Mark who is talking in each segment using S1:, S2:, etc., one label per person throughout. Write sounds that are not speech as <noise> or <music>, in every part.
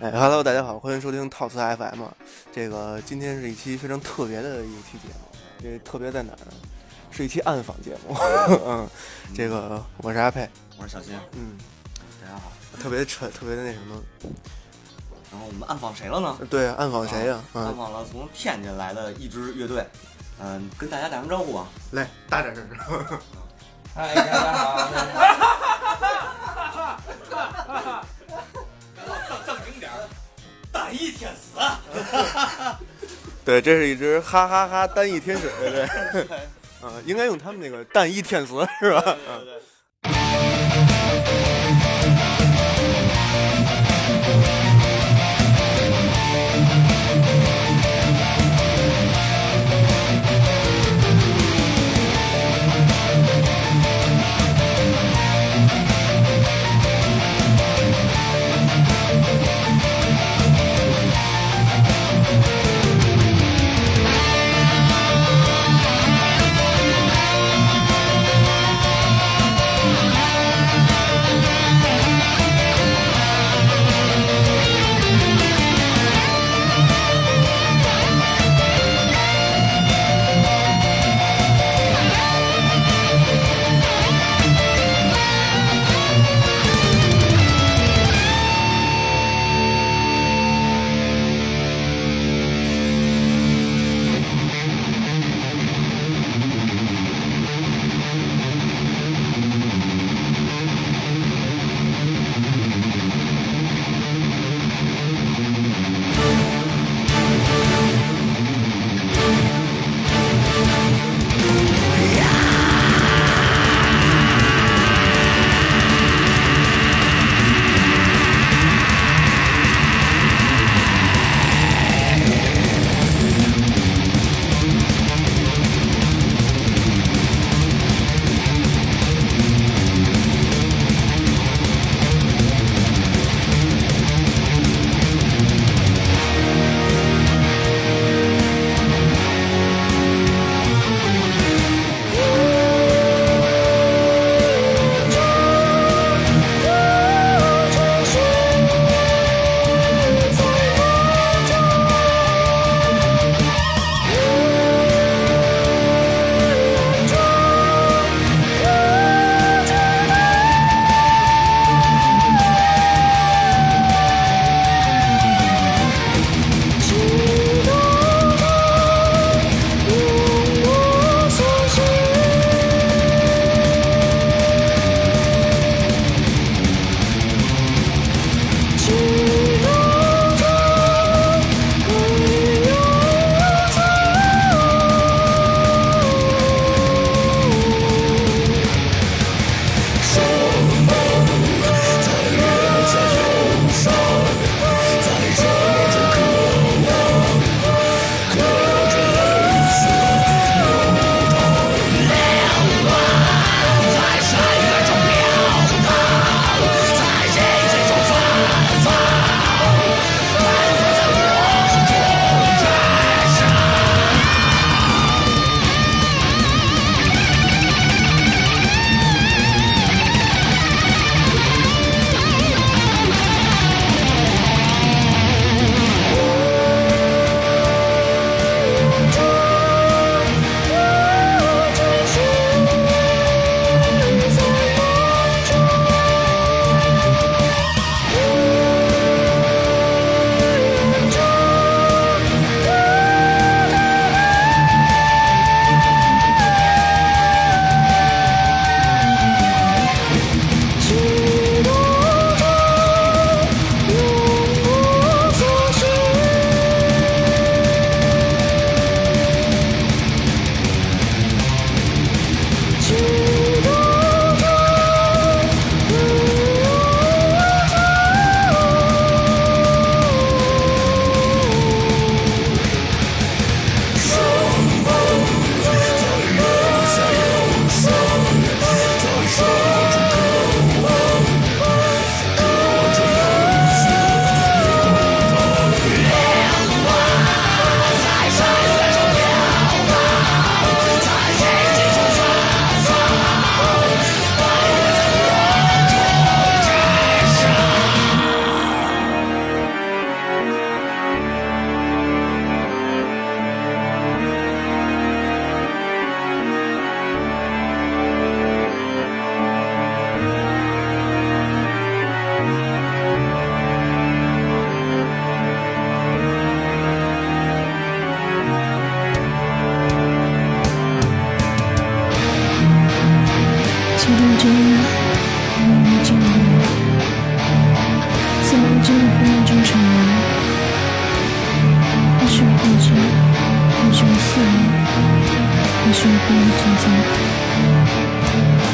S1: 哎，Hello，大家好，欢迎收听套词 FM。这个今天是一期非常特别的一期节目，这特别在哪儿呢？是一期暗访节目。嗯，这个我是阿佩，
S2: 我是小新，
S1: 嗯，
S2: 大家好。
S1: 特别沉，特别的那什么。
S2: 然后我们暗访谁了呢？
S1: 呃
S2: 啊
S1: 对，啊暗访谁呀、
S2: 暗
S1: 嗯，
S2: 访了从天津来的一支乐队，嗯，跟大家打声招呼吧。
S1: 来大点声。
S3: 嗨，大家好。
S2: 大一天
S1: <laughs>
S2: 死，
S4: 啊
S1: 对，这是一只哈哈哈单翼天使乐队。 <laughs> 嗯，应该用他们那个单翼天词是吧？嗯，
S5: 啊！
S6: 我是第一真相，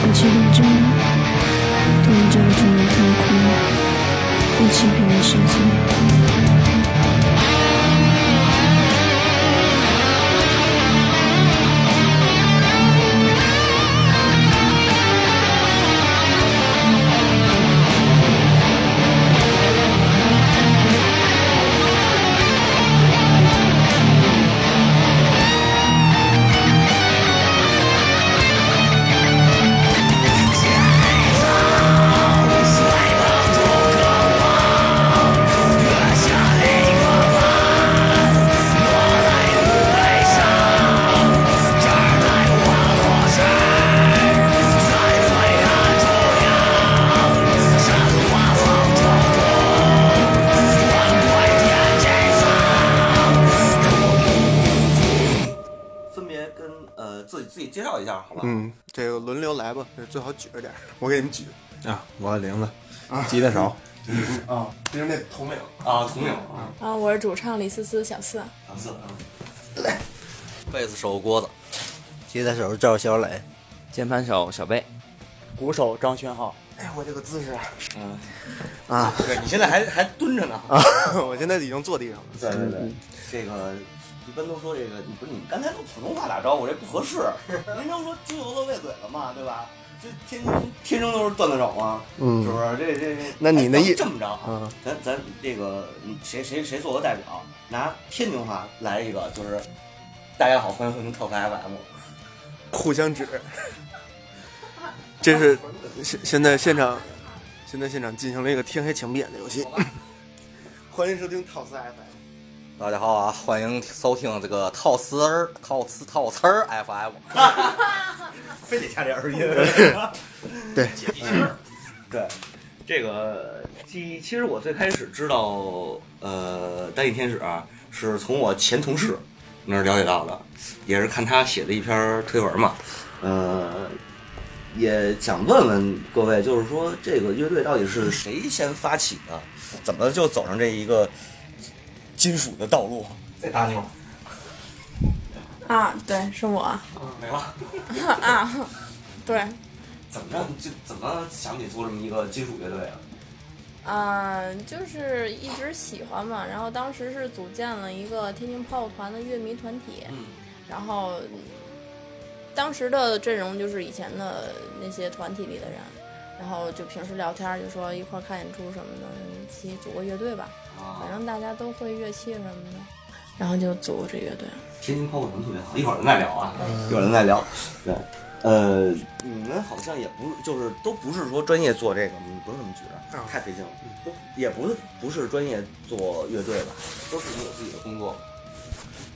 S6: 我是认真的，对着这个太空，被欺骗的世界。
S2: 分别跟呃自己自己介绍一下好吧？
S7: 嗯，这个轮流来吧，最好举着点儿，我给你们举。
S8: 啊，我玲子，吉他
S1: <laughs>
S8: 手，
S1: 嗯
S7: 啊，就是那同名。
S2: 啊，童友啊，
S9: 啊，我是主唱李思思，小四。
S2: 唐四啊，
S4: <laughs> 贝斯手郭子，
S10: 吉他手赵小磊，
S4: 键盘手小贝，
S11: 鼓手张轩浩，
S7: 哎，我这个姿势啊，
S2: 对你现在还还蹲着
S1: 啊
S2: 呢。
S7: <laughs> 我现在已经坐地上了。
S2: 对对
S7: 嗯
S2: 对，这个一般都说这个，你不是你刚才用普通话打招呼，这不合适。您都说金油子喂嘴了嘛，对吧？这天天生都是段子手嘛，
S7: 嗯
S2: 是不是？这这这，
S7: 那你那
S2: 哎
S7: 意
S2: 咱们这么着啊，
S7: 嗯，
S2: 咱咱这个嗯谁谁谁做个代表，拿天津话来一个，就是大家好，欢迎收听跳开 FM。
S7: 互相指。这是现现在现场，现在现场进行了一个天黑请闭眼的游戏。欢迎收听套词 FM。
S10: 大家好啊，欢迎收听这个套词儿、套词、套词儿 FM。
S2: 非得加点儿音。
S7: 对，
S2: 对，这个其其实我最开始知道呃单翼天使、啊、是从我前同事那儿了解到的，也是看他写的一篇推文嘛，呃。也想问问各位，就是说这个乐队到底是谁先发起的？怎么就走上这一个金属的道路？
S8: 这大妞，
S9: 啊，对，是我。啊
S2: 没了，
S9: 啊， <laughs> 对，
S2: 怎么着？就怎么想起做这么一个金属乐队啊？
S9: 嗯，就是一直喜欢嘛。然后当时是组建了一个天津炮团的乐迷团体，
S2: 嗯，
S9: 然后嗯当时的阵容就是以前的那些团体里的人，然后就平时聊天儿就说一块儿看演出什么的，一起组个乐队吧。
S2: 啊
S9: 反正大家都会乐器什么的，然后就组这乐队。
S2: 天津泡泡糖特别好，一会儿咱再聊啊，一会儿咱再聊。对，呃，你们好像也不是，就是都不是说专业做这个，你们不是那么觉得，太费劲了。都也不是不是专业做乐队吧，都是有自己的工作，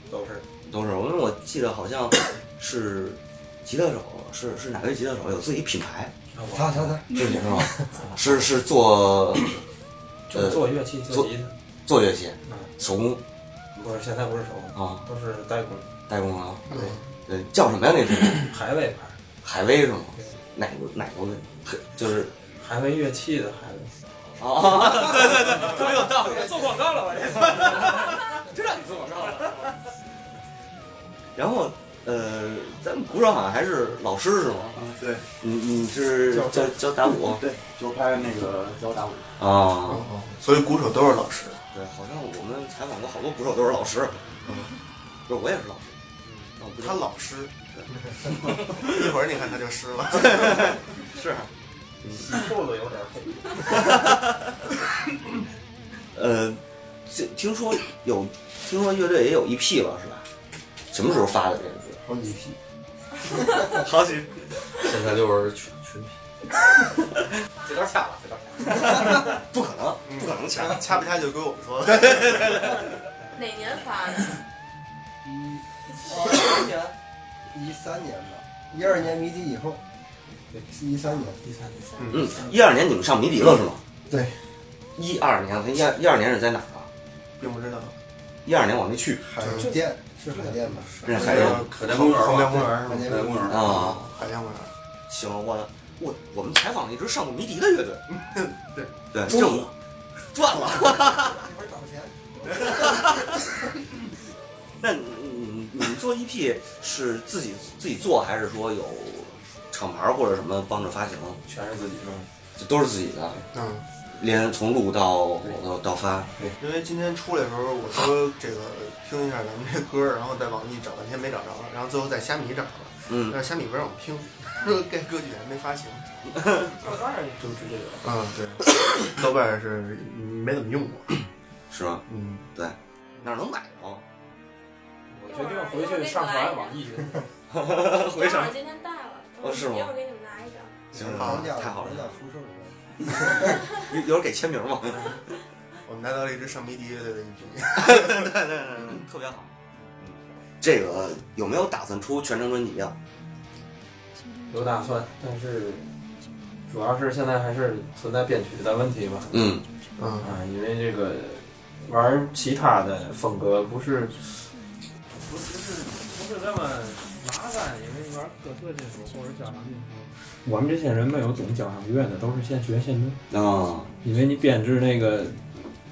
S2: 都是都是。因为我记得好像是吉他手，是是哪位吉他手有自己品牌？
S8: 我他他他，
S2: <laughs> 是你是吗？是是做
S8: 就是做乐器做吉他，
S2: 做乐器
S8: 嗯，
S2: 手工
S8: 不是现在不是手工，
S2: 啊，
S8: 都是代工，
S2: 代工啊，
S8: 对，
S2: 对，叫什么呀？那是
S8: 海外牌，
S2: 海威是吗？哪个哪个问题？就是
S8: 海外乐器的海威，
S2: 啊， <laughs> 对对对，特别有道理。
S8: <laughs> 做广告了我 <laughs> 这，
S2: 知道你做广告了。然后，呃，咱们鼓手好像还是老师是吗？
S11: 对，
S2: 你你是
S11: 教
S2: 教教打鼓？
S11: 对，就是拍那个教打鼓。
S2: 啊，
S7: 所以鼓手都是老师。
S2: 对，好像我们采访过好多鼓手都是老师。不是，我也是老师。那我不知道
S7: 他老师，一会儿你看他就湿了。 <laughs>
S2: 是。啊
S8: 裤子有点配，
S2: 呃，这听说有，听说乐队也有 EP 了是吧？什么时候发的这个歌？
S11: 好几批，
S2: 好几
S4: 现在就是群群体。
S8: 这段掐了，这段
S2: <laughs> 不可能，不可能抢。
S7: 掐不掐就归我们说。
S9: 哪年发的？ <laughs>
S11: 一三年吧，一二年迷笛以后，对，是一三年。
S2: 嗯，一二年你们上迷笛了是吗？
S11: 对，
S2: 一二年，一二一二年是在哪儿啊？
S7: <laughs> 并不知道，
S2: 一二年我没去，
S11: 海淀是海淀吧？
S2: 这海淀
S7: 海淀公园，横江公园
S11: 海
S7: 是
S11: 淀
S7: 吗？
S11: 公园。
S2: 啊。
S7: 海淀公园。
S2: 行，我我我们采访了一支上过迷笛的乐队， <laughs>
S7: 对
S2: 对，这我赚 <laughs> 了。
S11: 一会儿找钱。
S2: 那你你你你做 EP 是自己自己做，还是说有厂牌或者什么帮着发行？
S8: 全是自己弄。
S2: 这都是自己的，
S1: 嗯，
S2: 连从录到到到发。
S1: 因为今天出来的时候，我说这个听一下咱们这歌儿，然后在网易找半天没找着，然后最后在虾米找着了，
S2: 嗯，
S1: 但是虾米不让我听， <laughs> 说该歌曲还没发行。
S8: 豆瓣儿就直接有。
S1: 嗯，对，豆瓣儿是没怎么用过。
S2: 是吗？
S1: 嗯，
S2: 哪儿能买着？ <laughs>
S8: 我决定回去上传网易云。
S2: 回
S9: 正好
S2: 上
S9: 今天带了，
S2: 哦是吗
S9: 一会儿给你们拿一张。
S2: 行
S1: 好
S2: 好，
S12: 降
S2: 太好了，
S12: 降出售了。
S2: <laughs> 有有人给签名吗？
S1: 我们拿到了一支上迷笛乐队的一批。
S2: 对对对，特别好。这个有没有打算出全张专辑啊？
S8: 有打算，但是主要是现在还是存在编曲的问题吧。
S2: 嗯，
S1: 嗯
S8: 啊，因为这个玩其他的风格不是，不是不是那么麻烦，因为玩哥特金属或者交响金属，我们这些人没有懂交响乐的，都是现学现弄。
S2: 啊，
S8: 因为你编制那个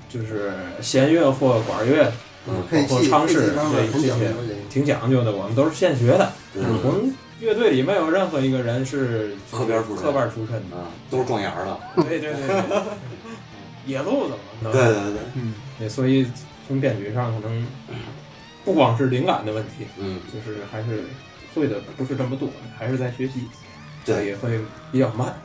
S8: 就是弦乐或管乐，
S2: 嗯，
S12: 配
S8: 包括
S12: 器
S8: 尝试
S12: 配器方面很讲
S8: 对
S12: 究
S8: 这
S12: 这
S8: 挺讲究的，我们都是现学的。
S2: 嗯
S8: 我们乐队里没有任何一个人是
S2: 科班出身
S8: 科班出身 <laughs> 的。
S2: 啊，都是撞沿儿的。
S8: 对对对对，野路子
S2: 对
S8: 嘛。
S2: 对对，
S1: 嗯，
S8: 对，所以从编曲上可能不光是灵感的问题，
S2: 嗯，
S8: 就是还是会的不是这么多，还是在学习，所以
S2: 对，
S8: 也会比较慢。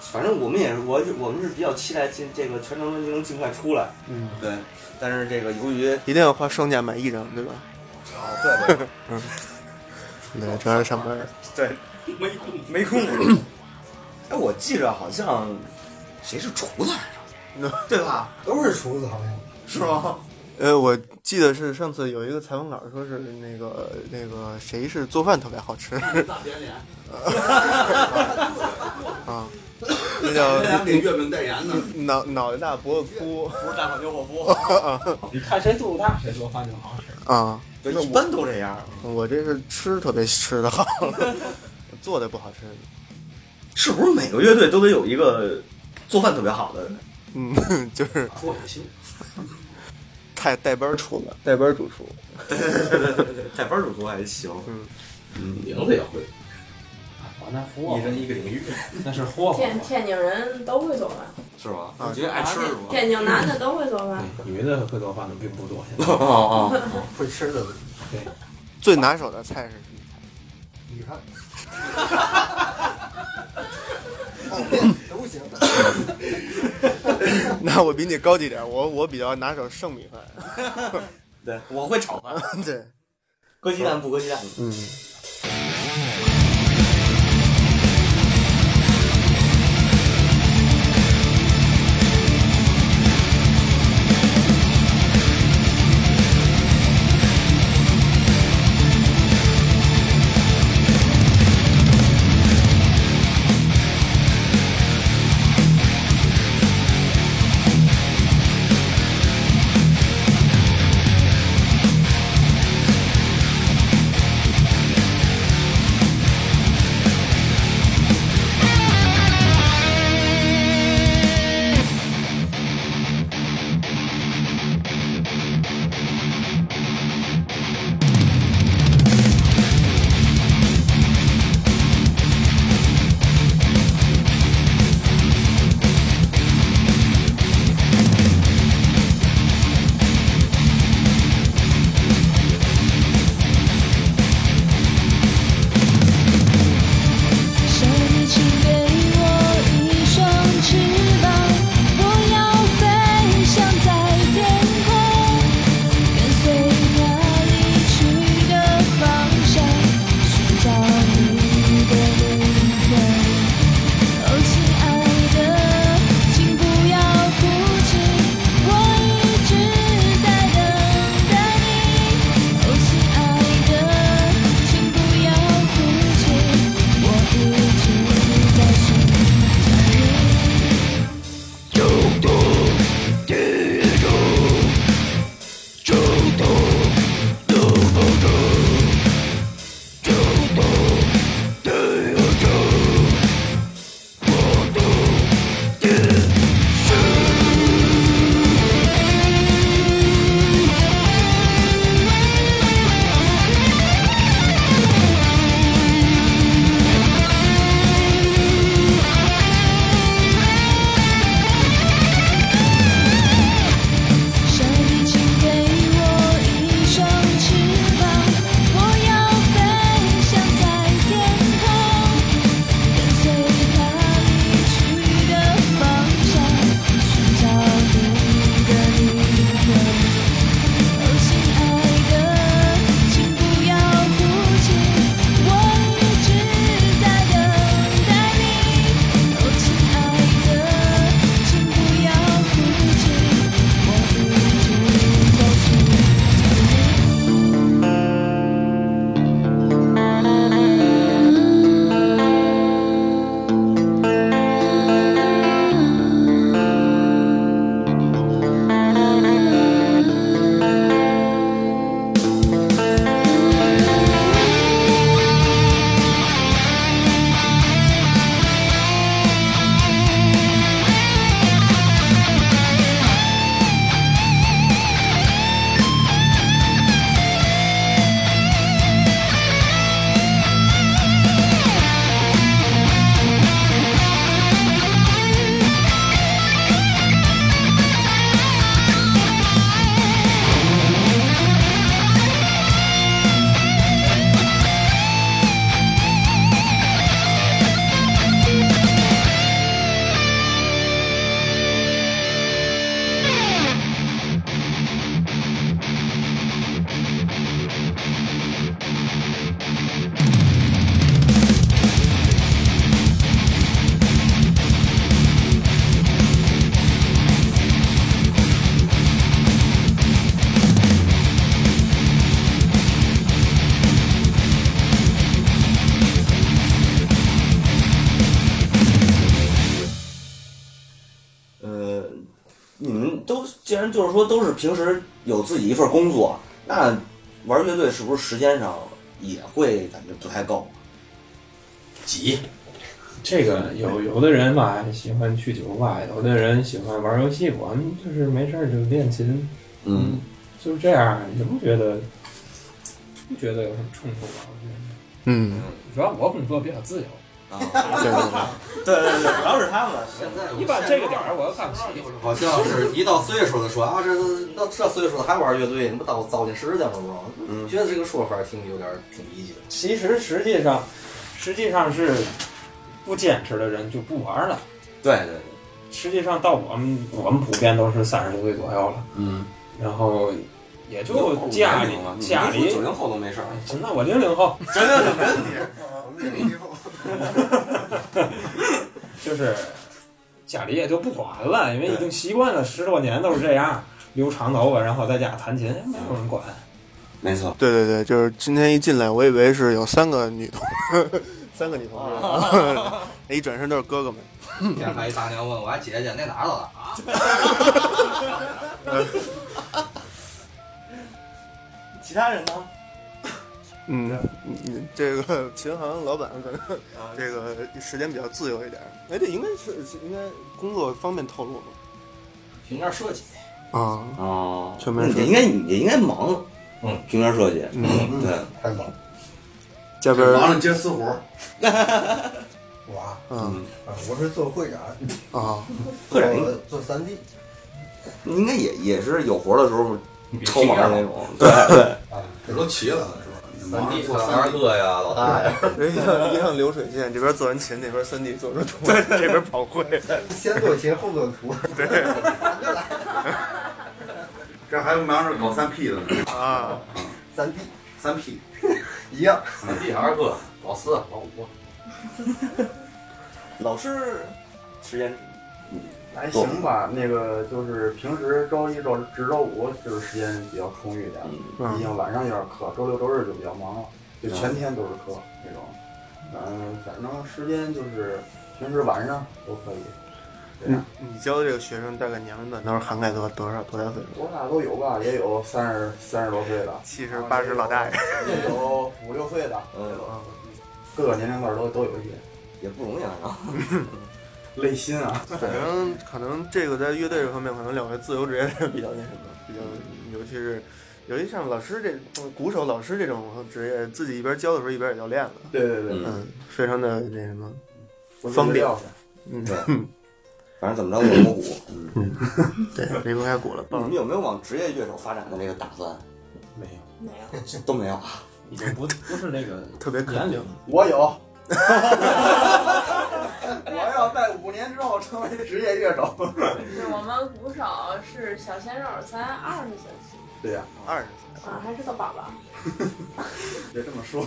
S2: 反正我们也是，我是我们是比较期待进这个全张专辑能尽快出来。
S1: 嗯，
S2: 对，但是这个由于
S1: 一定要花双价买一张，对吧？
S2: 啊，对对对
S1: 对，主要是上班儿。
S2: 对，没空没空。哎，我记着好像谁是厨子来着，对吧？
S12: 都是厨子好像。
S2: 是吗？
S1: 呃，我记得是上次有一个采访稿说是那个那个谁是做饭特别好吃， <laughs>
S13: 大扁脸，
S1: 啊，那叫
S13: 这俩给月饼代言呢。
S1: 脑脑袋大脖子粗
S2: 不是大款牛火锅
S8: 你看谁肚子大，谁做饭就好吃。
S1: <laughs> 啊。
S2: 对，一般都这样。
S1: 我这是吃特别吃的好， <laughs> 做的不好吃。
S2: 是不是每个乐队都得有一个做饭特别好的人？
S1: 嗯， <laughs> 就是
S8: 做
S2: <laughs>
S8: 也行，
S1: 太带班儿厨了，带班儿主厨。
S2: 带班主厨还行。
S1: 嗯
S2: 嗯，
S13: 名字也会，
S8: 我啊那货
S2: 一人一个领域
S8: 那是货
S9: 天天津人都会做饭，
S2: 是吧？
S1: 啊
S2: 觉得爱吃是吧？
S9: 天津男的都会做饭。
S8: 女的会做饭的并不多，现在
S2: 哦哦，
S12: 会吃的，
S1: 最拿手的菜是什么？
S12: 你看，都行。
S1: <laughs> 那我比你高级点儿，我我比较拿手剩米饭。
S2: 对，我会炒饭，
S1: <laughs> 对，
S2: 搁鸡蛋不搁鸡蛋。
S1: 嗯。
S14: 我
S2: 嗯呃既然就是说都是平时有自己一份工作，那玩乐队是不是时间上也会感觉不太够？
S15: 挤，
S8: 这个有有的人吧喜欢去酒吧，有的人喜欢玩游戏，我们就是没事儿就练琴，
S2: 嗯，
S8: 就是这样，也不觉得不觉得有什么冲突吧？我觉得
S1: 嗯，
S8: 主要我工作比较自由，
S1: 对对对，
S2: 对对对，主要是他们。
S16: 现在
S8: 一般这个点儿我要看不起。
S16: 好像是一到岁数的说啊，这到这岁数了还玩乐队，你不糟糟践时间了吗？
S2: 嗯
S16: 觉得这个说法挺有点儿挺理解。
S8: 其实实际上，实际上是不坚持的人就不玩了。
S16: 对对对，
S8: 实际上到我们，我们普遍都是三十岁左右了，
S2: 嗯，
S8: 然后也就家里
S16: 啊
S8: 家里
S2: 九，零后都没事儿，
S8: 那我零零后， <laughs>
S2: 真的没问题。
S17: 我们也没有。
S8: 就是家里也就不管了，因为已经习惯了十多年都是这样，留长头发，然后在家弹琴，没有人管。
S2: 没错，
S1: 对对对，就是今天一进来，我以为是有三个女同， <laughs> 三个女同事， <laughs> 一转身都是哥哥们。
S16: 前还一大娘问我姐姐那哪儿了
S8: <laughs>
S16: 啊？
S2: 其他人呢？
S1: 嗯，嗯这个琴行老板可能这个时间比较自由一点儿。啊哎，这应该是是应该工作方面透露吗？
S16: 平面设计，
S1: 啊，
S2: 哦，
S1: 全面设计
S2: 也应该也应该忙，
S16: 嗯，
S2: 平面设计，
S1: 嗯，
S2: 对，
S17: 太忙了，
S1: 嘉宾儿，
S18: 完了接私活儿，
S17: 我啊，
S1: 嗯
S17: 啊我是做会展，
S1: 啊，
S2: 会展
S17: 做做三 D
S2: 应该也也是有活的时候超忙那种， <laughs>
S17: 啊，
S18: 这都齐了是吧？你
S16: 三
S18: 忙着
S16: D
S18: 做
S16: 三
S18: 三
S16: 二
S18: D，
S16: 个呀，老大呀，
S1: 人家哎一像流水线，这边做完琴，那边三 D <laughs> 做出图，这边跑会。
S17: 先做琴后做图，
S18: 这还忙着搞三 P 的呢，
S1: 啊，
S17: 三
S11: <laughs>
S17: D
S18: 三 P
S17: <laughs> 一样。
S16: 三 D 二个，老四老五，
S2: 老师时间
S11: 还行吧，那个就是平时周一周至周五就是时间比较充裕点，
S16: 嗯
S17: 嗯
S11: 毕竟晚上有点课，周六周日就比较忙了，就全天都是课那种。嗯，反正时间就是平时晚上都可以，
S17: 嗯
S1: 你教这个学生大概年龄段都是涵盖多多少多大岁数？
S11: 多大都有吧，也有三十三十多岁的，
S1: 七十八十老大爷，
S11: 也有五六岁的，
S2: 嗯
S11: 各个年龄段都都有一些。
S2: 也不容易啊，
S11: 累心啊， <laughs>
S1: 可能可能这个在乐队这方面，可能两位自由职业者比较那什么，比较尤其是尤其像老师这鼓手、老师这种职业，自己一边教的时候一边也要练了，
S11: 对对对，
S2: 嗯，
S1: 嗯，非常的那什么，
S11: 我
S1: 方便
S11: 料去。
S1: 嗯，
S2: 对，反正怎么着也摸骨。嗯
S1: 对，离不开鼓了，
S2: 你
S1: 棒
S2: 们。有没有往职业乐手发展的那个打算？
S8: 没
S9: 没
S8: 有，
S9: 有，
S2: 都没有啊。
S8: 已经不不是那个
S1: 特别肯
S8: 年
S1: 定
S8: 龄，
S11: 我有， <laughs> 我要在五年之后成为职业乐手。
S9: 是我们鼓手是小鲜肉，才二十岁，
S11: 对呀、
S1: 二十岁，
S9: 啊，还是个宝宝。
S11: 别这么说。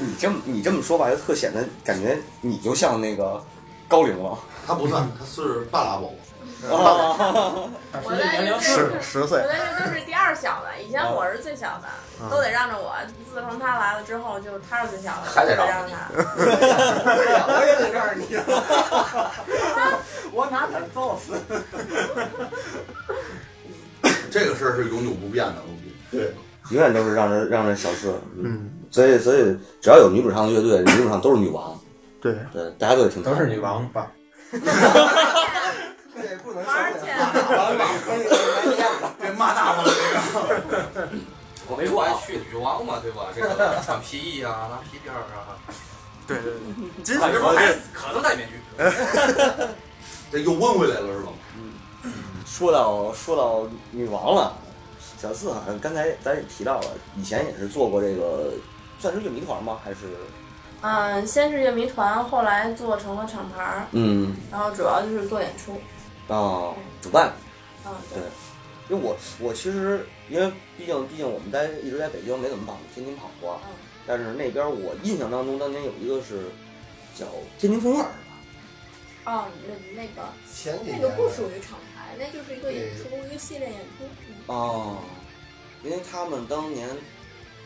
S2: 你这么你这么说吧，就特显得感觉你就像那个高龄了。啊
S18: 他不算，他是半拉宝。
S9: 我在乐队
S1: 十十岁
S9: 我，在乐队是第二小的，以前我是最小的，都得让着我。自从他来了之后，就他是最小的，
S16: 还得
S9: 都
S16: 让
S9: 让他。
S11: 对呀、我也得让 <laughs> 你。我哪敢造次？
S18: 这个事儿是永久不变的，我觉
S2: 永远都是让人让人小事，嗯，
S1: 嗯，
S2: 所以所以只要有女主唱的乐队，女主唱都是女王，
S1: 对，
S2: 对，大家都得听她
S8: 都
S2: 的
S8: 是女王吧。
S17: 这不能商
S9: 玩儿去
S17: 量。
S18: 得别骂大发了，这个
S16: 我没说还
S8: 哦
S16: 去女王嘛，对吧？这
S11: <laughs>
S16: 个穿皮衣啊，拿皮鞭儿啊，
S1: 对对对，
S11: 哎
S1: 真
S16: 可
S1: 是
S16: 能还可能戴面具。
S11: <laughs>
S18: 这又问回来了是吧？
S2: 说到说到女王了，小四好像刚才咱也提到了，以前也是做过这个，算是乐迷团吗？还是
S9: 嗯，先是乐迷团，后来做成了厂牌儿，
S2: 嗯
S9: 然后主要就是做演出。
S2: 啊主办？
S9: 嗯，
S2: 对因为我我其实因为毕竟毕竟我们在一直在北京没怎么跑天津跑过，
S9: 嗯
S2: 但是那边我印象当中当年有一个是叫天津风味儿，
S9: 哦，那那个
S17: 前几
S9: 那
S17: 年
S9: 个不属于厂牌，那就是一个演出，
S17: 对
S9: 一个系列演出。嗯
S2: 哦，因为他们当年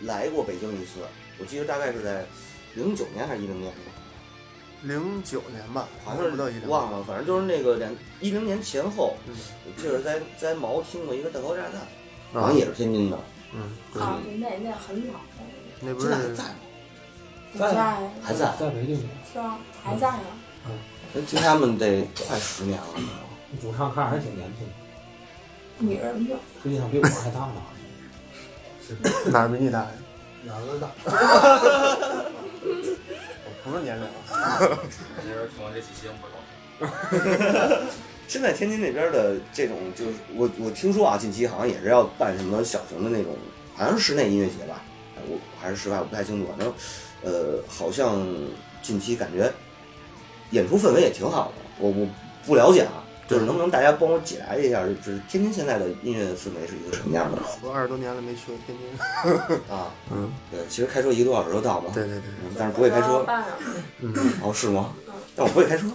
S2: 来过北京一次，我记得大概是在零九年还是一零年吧。
S1: 零九年吧，
S2: 好
S1: 像不到一
S2: 像
S1: 零，
S2: 忘了，反正就是那个两一零年前后，
S1: 嗯
S2: 这是在在毛听过一个蛋糕炸弹，
S1: 啊
S2: 好像也是天津的，
S1: 嗯，
S9: 啊，那那很老了，
S1: 那不
S2: 现
S1: 是
S2: 在还在吗
S9: 在呀
S2: 还在
S8: 在北京呢。
S9: 是吧？还在啊呀。
S2: 听他们得快十年了，
S8: 主唱看着还挺年轻，
S9: 女人嘛，
S8: 实际上比我还大
S11: <laughs>
S8: 呢。
S1: 哪儿比你大呀？
S11: 哪儿都大。
S1: 不是年龄，
S19: 你是听完这期节目不高
S2: 现在天津那边的这种，就是我我听说啊，近期好像也是要办什么小型的那种，好像是室内音乐节吧，呃我还是室外，我不太清楚。反正，呃，好像近期感觉演出氛围也挺好的。我
S1: 嗯
S2: 我不了解啊，就是能不能大家帮我解答一下，就是天津现在的音乐氛围是一个什么样的？
S1: 我二十多年了没去过天津。
S2: 啊，
S1: 嗯，
S2: 对，其实开车一个多小时就到嘛。
S1: 对对对，
S2: 但是不会开车。
S9: 办啊。
S1: 嗯，
S2: <laughs> 哦，是
S1: <laughs>
S2: 吗？但我不会开车。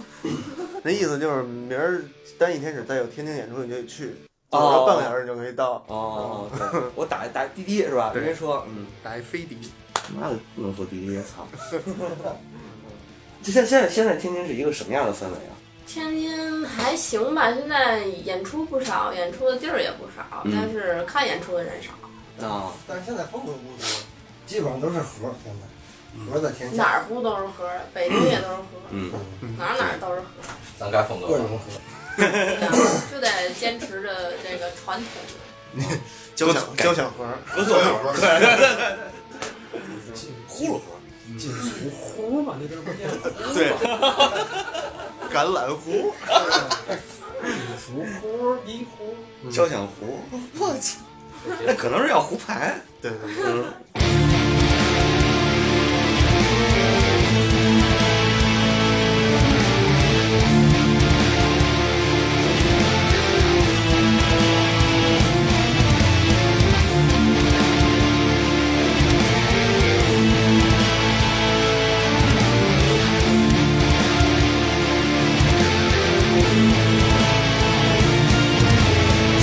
S1: 那意思就是明儿单一天使再有天津演出你就得去，
S2: 哦
S1: 半个小时你就可以到。
S2: 哦，
S11: 嗯
S2: 对，我打打滴滴是吧？
S1: 对
S2: 没说，嗯，
S1: 打一飞的。
S2: 妈的，不能坐滴滴，操！这现现在现在天津是一个什么样的氛围啊？
S9: 天津还行吧，现在演出不少，演出的地儿也不少，
S2: 嗯
S9: 但是看演出的人少。
S2: 啊，
S11: 但是现在风格不多，基本上都是盒儿，现在盒儿在天
S9: 哪
S11: 下，
S9: 儿不都是河，北京也都是河，
S2: 嗯，
S9: 哪儿哪儿都是河，
S19: 咱该风格
S11: 各
S19: 了
S11: 种。盒儿。
S9: 就得坚持着这个传统。
S1: 交响交响盒，
S2: 合作
S1: 盒
S2: 对对对对
S8: 呼噜盒，锦俗呼嘛，那边不念 <laughs> 呼
S1: 对
S8: 嘛。
S1: 橄榄核，
S8: 锦俗呼，迷糊。
S2: 交响胡，我操，那可能是要胡牌。
S1: 对对
S2: 对。嗯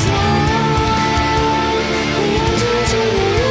S6: 在眼睛前的人。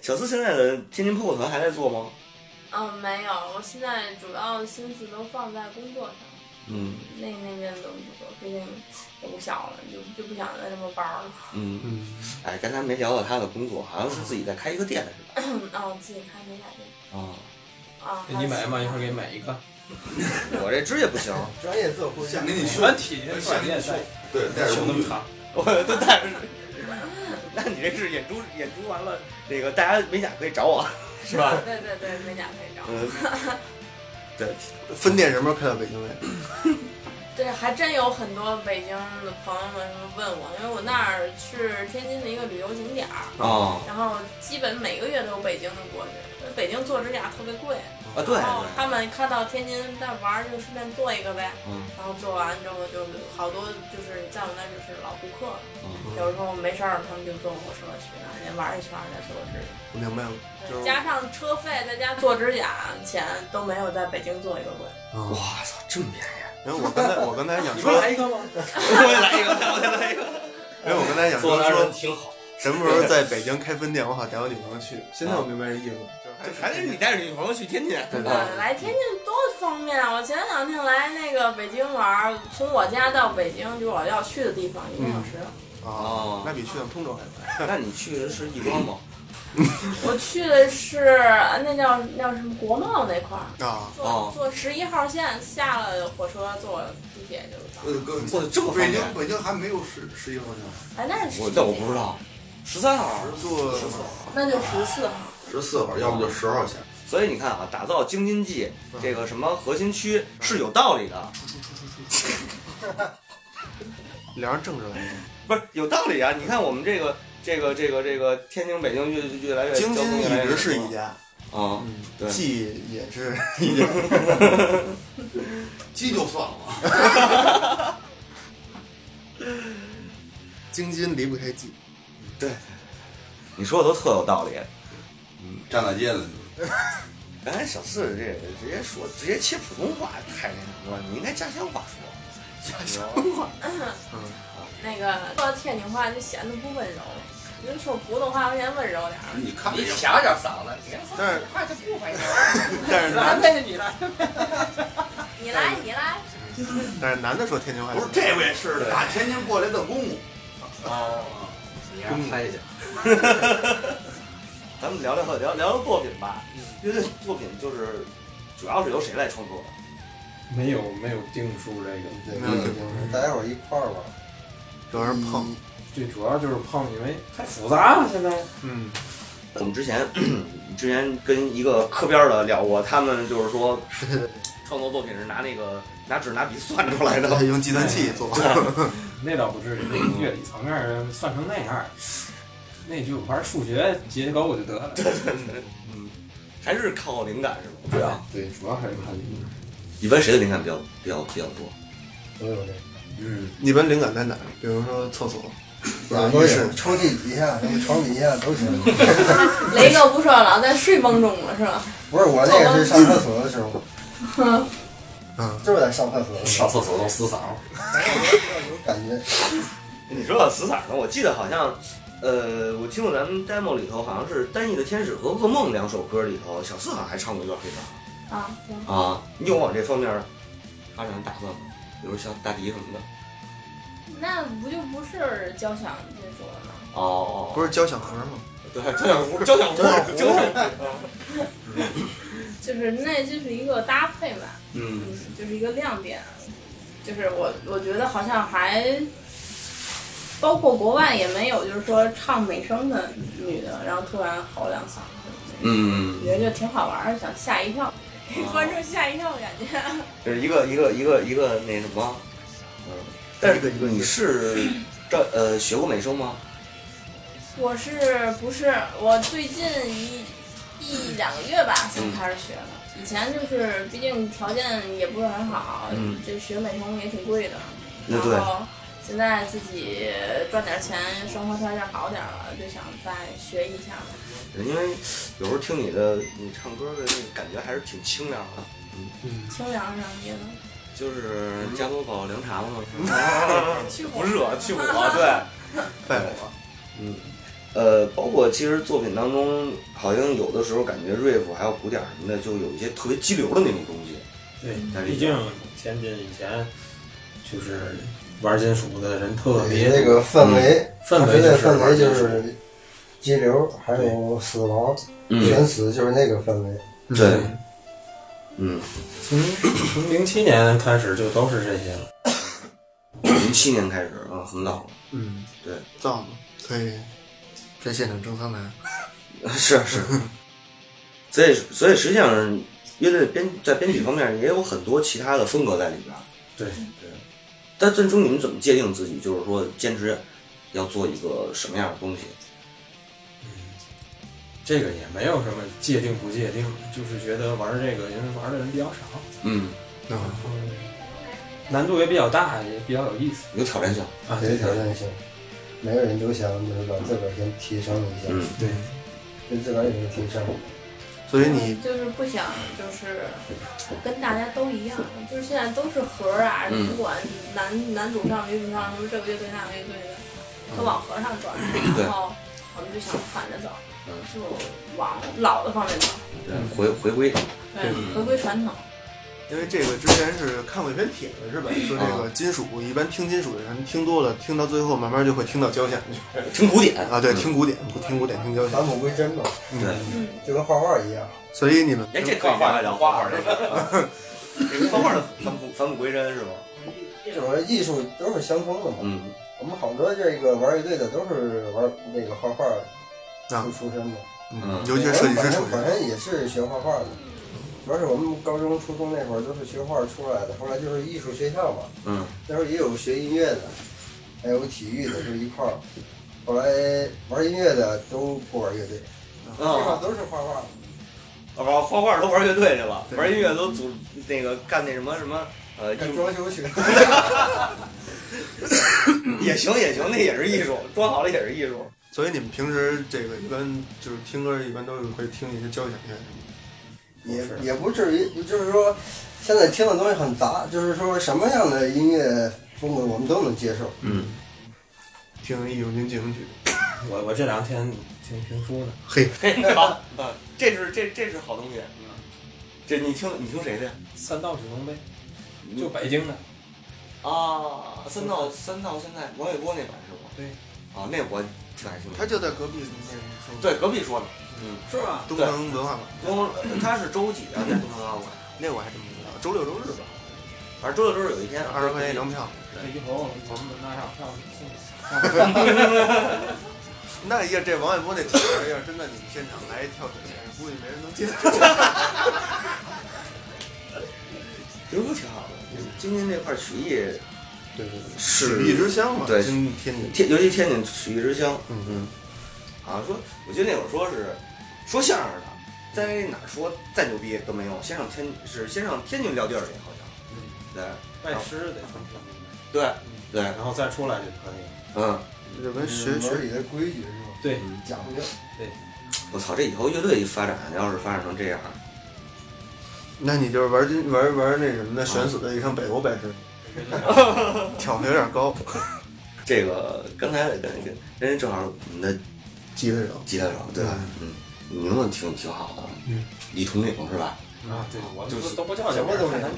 S2: 小司现在的天津破火团还在做吗？
S9: 嗯，没有，我现在主要心思都放在工作上，
S2: 嗯
S9: 那那边都不做，毕竟也不小了，就就不想再这么玩儿了。 <laughs>
S2: 嗯嗯。哎，刚才没聊到他的工作，好像是自己在开一个店是吧？
S9: 啊，自己开美甲店
S2: 啊，
S9: 啊，
S8: 你买嘛，一会儿给你买一个。
S2: <laughs> 我这职业不行，
S11: 专业做婚
S8: 想给你全体闪电赛，
S2: 对带着
S8: 胸那么长，
S2: 我都带着。 <laughs> 那你这是演出演出完了，那个大家美甲可以找我，是吧？
S9: 对对对，美甲可以找。
S2: 嗯对，
S11: 分店什么时候开到北京来？
S9: 对，还真有很多北京的朋友们问我，因为我那儿是天津的一个旅游景点儿，
S2: 哦
S9: 然后基本每个月都有北京的过去。北京做指甲特别贵，
S2: 啊对
S9: 然后他们看到天津在玩儿，就顺便做一个呗。
S2: 嗯
S9: 然后做完之后就好多就是在我那儿就是老顾客，
S2: 嗯
S9: 有时候没事儿他们就坐火车去那儿，人玩一圈儿再做指甲。
S11: 我明白了，就是
S9: 加上车费，再加做指甲钱都没有在北京做一个贵。
S11: 哇
S2: 操，这么便宜！
S11: 因为我刚才我刚才想说，
S8: 个吗？
S2: 我也来一个，我也来一个。
S11: 因为我刚才想
S2: 做
S11: 说
S2: 男
S11: 说
S2: 人挺好。
S11: 什么时候在北京开分店，我好带我女朋友去。现在我明白这意思了，
S2: 就还得你带着女朋友去天津，
S11: 对吧？
S9: 对，来天津多方便啊！我前两天来那个北京玩儿，从我家到北京就是我要去的地方一个小时。
S2: 哦，
S11: 那比去趟通州还
S2: 快。那你去的是亦庄吗？
S9: 我去的是呃那叫那叫什么国贸那块儿，
S2: 哦
S11: 啊
S9: 坐坐十一号线下了火车，坐地铁就到。
S11: 呃，哥，
S2: 做的这么方
S11: 北
S2: 便
S11: 京北京还没有十十一号线，
S9: 哎，那是
S2: 我但我不知道，十三号，
S11: 坐
S9: 那就十四号。
S2: 十四号，要不就十号线。所以你看啊，打造京津冀这个什么核心区是有道理的，
S11: 聊上政治来着。
S2: 不是有道理啊！你看我们这个这个这个这个天津北京越越来越
S11: 京
S2: 交通
S11: 津
S2: 越来
S11: 一
S2: 越
S11: 直是
S2: 多
S11: 一家，
S2: 啊，对，
S11: 冀也是一家，
S1: 鸡就算了。
S11: 京津离不开冀。
S2: 对，你说的都特有道理。
S1: 嗯，站大街了。
S2: <laughs> 刚才小四这个直接说直接切普通话太那什么了，你应该家乡话说。家乡话，
S9: 那个说天津话就显得不温柔，您说普通话先温柔点儿。
S1: 你看
S10: 你小点嗓子，你
S11: 但是
S9: 快就不温柔。
S11: <laughs> 但是男
S8: 对你来，
S9: 你来，你来。
S11: 但是男的说天津话
S1: 不是这位是打天津过来的公公。啊
S2: 哦，
S10: 你让拍一下。
S2: <laughs> 咱们聊聊聊聊聊作品吧。
S10: 嗯
S2: 乐队作品就是主要是由谁来创作的？
S8: 没有没有定数这个，
S11: 没有
S1: 嗯
S11: 定数大
S8: 家
S11: 伙一块儿玩，主要是碰，
S8: 对，主要就是碰，因为太复杂了现在。
S11: 嗯，
S2: 我们之前之前跟一个科边儿的聊过，他们就是 <laughs> 说创作作品是拿那个拿纸拿笔算出来的， <laughs>
S11: 用计算器做。
S8: 那倒不至于，那乐理层面儿算成那样儿，那就玩数学结构就得 <laughs> 了。
S2: 嗯，还是靠灵感是吧？对啊，
S8: 对，主要还是看灵感。
S2: 一般谁的灵感比较比较比较多？
S11: 都有这。
S8: 嗯，
S11: 一般灵感在哪儿？比如说厕所，
S2: 啊
S11: 浴
S2: 都
S11: 室
S2: 有，
S11: 抽屉底下、床底下都行。
S9: 雷哥不说老在睡梦中了是吧？
S11: 不是我那个是上厕所的时候，
S9: 哼
S11: 嗯，就是在上厕所的时
S10: 上厕所都死嗓。
S11: 候感觉。
S2: 你说到死嗓呢，我记得好像，呃，我听过咱们 demo 里头好像是《单翼的天使》和《噩梦》两首歌里头，小四好像还唱过一段黑嗓
S9: 啊，行
S2: 啊。你有往这方面发展的打算吗？比如像大迪什么的？
S9: 那不就不是交响这说了吗？
S2: 哦，
S11: 不是交响盒吗？
S2: 对，交响胡，交响胡，交响
S9: 就是那就是一个搭配吧，
S2: 嗯，
S9: 就是一个亮点。啊就是我我觉得好像还包括国外也没有，就是说唱美声的女的，然后突然吼两嗓子，
S2: 嗯
S9: 我，觉得就挺好玩儿，想吓一跳，给观众吓一跳的感觉。
S2: 就是一个一个一个一个那什么，嗯，但是你是这呃学过美声吗？
S9: 我是不是我最近一一两个月吧才开始学的？以前就是毕竟条件也不是很好，
S2: 嗯
S9: 这学美容也挺贵的。
S2: 那
S9: 然
S2: 对
S9: 后现在自己赚点钱，生活条件好点了，就想再学一下吧。
S2: 因为有时候听你的你唱歌的那个感觉还是挺清凉的，嗯，
S9: 清凉上街呢，
S2: 就是加多宝凉 <laughs> 茶嘛，
S9: 去
S2: <laughs>
S9: 火
S2: 不热去火，对，
S11: 拜火，
S2: 嗯，呃，包括其实作品当中，好像有的时候感觉 riff 还有鼓点什么的，就有一些特别激流的那种东西。在
S8: 对，
S2: 里
S8: 毕
S2: 边
S8: 竟天津以前就是玩金属的人特别
S11: 你
S8: 多，
S11: 这个氛围，
S8: 嗯氛
S11: 他觉
S8: 围
S11: 得
S8: 就是
S11: 氛
S8: 玩
S11: 围就
S8: 金属
S11: 是激流，还有死亡，
S2: 嗯
S11: 全死就是那个氛围。
S2: 对，嗯，
S8: 从从零七年开始就都是这些了。
S2: 零七年开始啊，很老了。 <laughs>
S1: 嗯，
S2: 对，
S1: 造嘛，所以在现场蒸桑拿。
S2: 是是，所以所以实际上乐队编在编曲方面也有很多其他的风格在里边儿。
S8: 对，
S2: 但最终你们怎么界定自己，就是说坚持要做一个什么样的东西？
S8: 这个也没有什么界定不界定，就是觉得玩这个因为玩的人比较少，
S2: 嗯，
S8: 难度也比较大，也比较有意思，
S2: 有挑战性
S8: 啊，
S11: 有
S8: 对
S11: 挑战性。每个人都想就是把自个儿先提升一下，
S2: 嗯，
S8: 对，
S11: 对自个儿有一个提升。
S1: 所以你
S9: 就是不想就是跟大家都一样，就是现在都是盒儿啊，
S1: 嗯
S9: 不管男男主唱、女主唱什么这个乐队那个乐队的，都往盒上转，
S2: 对
S9: 然后我们就想反着走，
S2: 嗯
S9: 就往老的方面走，
S2: 对，回回归，
S9: 对，回归传统。
S1: 因为这个之前是看过一篇帖子是吧？说这个金属，一般听金属的人听多了，听到最后慢慢就会听到交响去，
S2: 听古典
S1: 啊，对，
S2: 嗯
S1: 听古典，不听古典，听交响，
S11: 返璞归真吧。
S2: 对，
S11: 就跟画画一样。
S1: 所以你们
S2: 哎，这可以画聊画画这 <laughs> 个，这个画画的返璞返璞归真是吗？
S11: 就是艺术都是相通的嘛。
S2: 嗯，
S11: 我们好多这个玩乐队的都是玩那个画画出出身的，
S1: 嗯，啊尤其是设计师出
S11: 我们本身
S1: 身
S11: 本，身也是学画画的，主要是我们高中、初中那会儿都是学画出来的，后来就是艺术学校嘛，
S2: 嗯，
S11: 那时候也有学音乐的，还有体育的，就一块儿。后来玩音乐的都不玩乐队，
S1: 啊
S11: 基本上都是画画。
S2: 啊，不，画画都玩乐队去了，玩音乐都组那个干那什么什么呃，
S11: 干装修去。
S2: <coughs> 也行也行，那也是艺术，装好了也是艺术。
S1: 所以你们平时这个一般就是听歌，一般都是会听一些交响乐，
S11: 也也不至于，就是说现在听的东西很杂，就是说什么样的音乐风格我们都能接受。
S2: 嗯，
S1: 听一种进行曲。
S8: 我我这两天听评书呢，
S1: 嘿，
S2: <laughs> 嘿， <laughs> 好，嗯，这是这这是好东西。嗯这你听你听谁的呀？
S8: 三道九龙杯，就北京的，
S2: 啊，三道三道现在王伟波那版是吗？
S8: 对，
S2: 啊，那我挺爱听的。
S1: 他就在隔壁那
S2: 对隔壁说的，嗯，
S8: 是吧？
S1: 东城文化馆，
S2: 东他是周几啊？在东城文化馆，
S1: 那我还真不知道，周六周日吧，
S2: 反正周六周日有一天
S1: 二十块钱一张票。
S8: 这一会儿我们我们拿上票送
S1: <laughs> 那要这王伟波那体格，要是真的你们现场来跳水，估计没人能接受。
S2: 评书挺好的，今天这块曲艺，
S1: 对对
S2: 对，
S1: 曲艺之乡嘛
S2: 对，
S1: 今天津
S2: 天尤其天津曲艺之乡，嗯嗯，好像说，我记得那会儿说是说相声的，在哪儿说再牛逼都没用，先上天是先上天津撂地儿去，好像，对，
S8: 外师得上
S2: 对对，
S8: 然后再出来就可以。
S2: 嗯，
S1: 这就跟
S11: 学学里的规矩是吧？嗯
S8: 对，
S11: 讲究。
S8: 对，
S2: 我操，这以后乐队一发展，要是发展成这样，
S1: 那你就是玩金玩玩那什么的，选死的一场北欧拜
S8: <laughs>
S1: 师，挑的有点高。
S2: 这个刚才跟跟人家正好我们的
S1: 吉他手，
S2: 吉他手对吧？嗯，名字挺挺好的，
S1: 嗯，
S2: 李同领是吧？
S8: 啊，对，我们
S2: 就是
S8: 都不叫
S11: 什么都没有
S8: 有。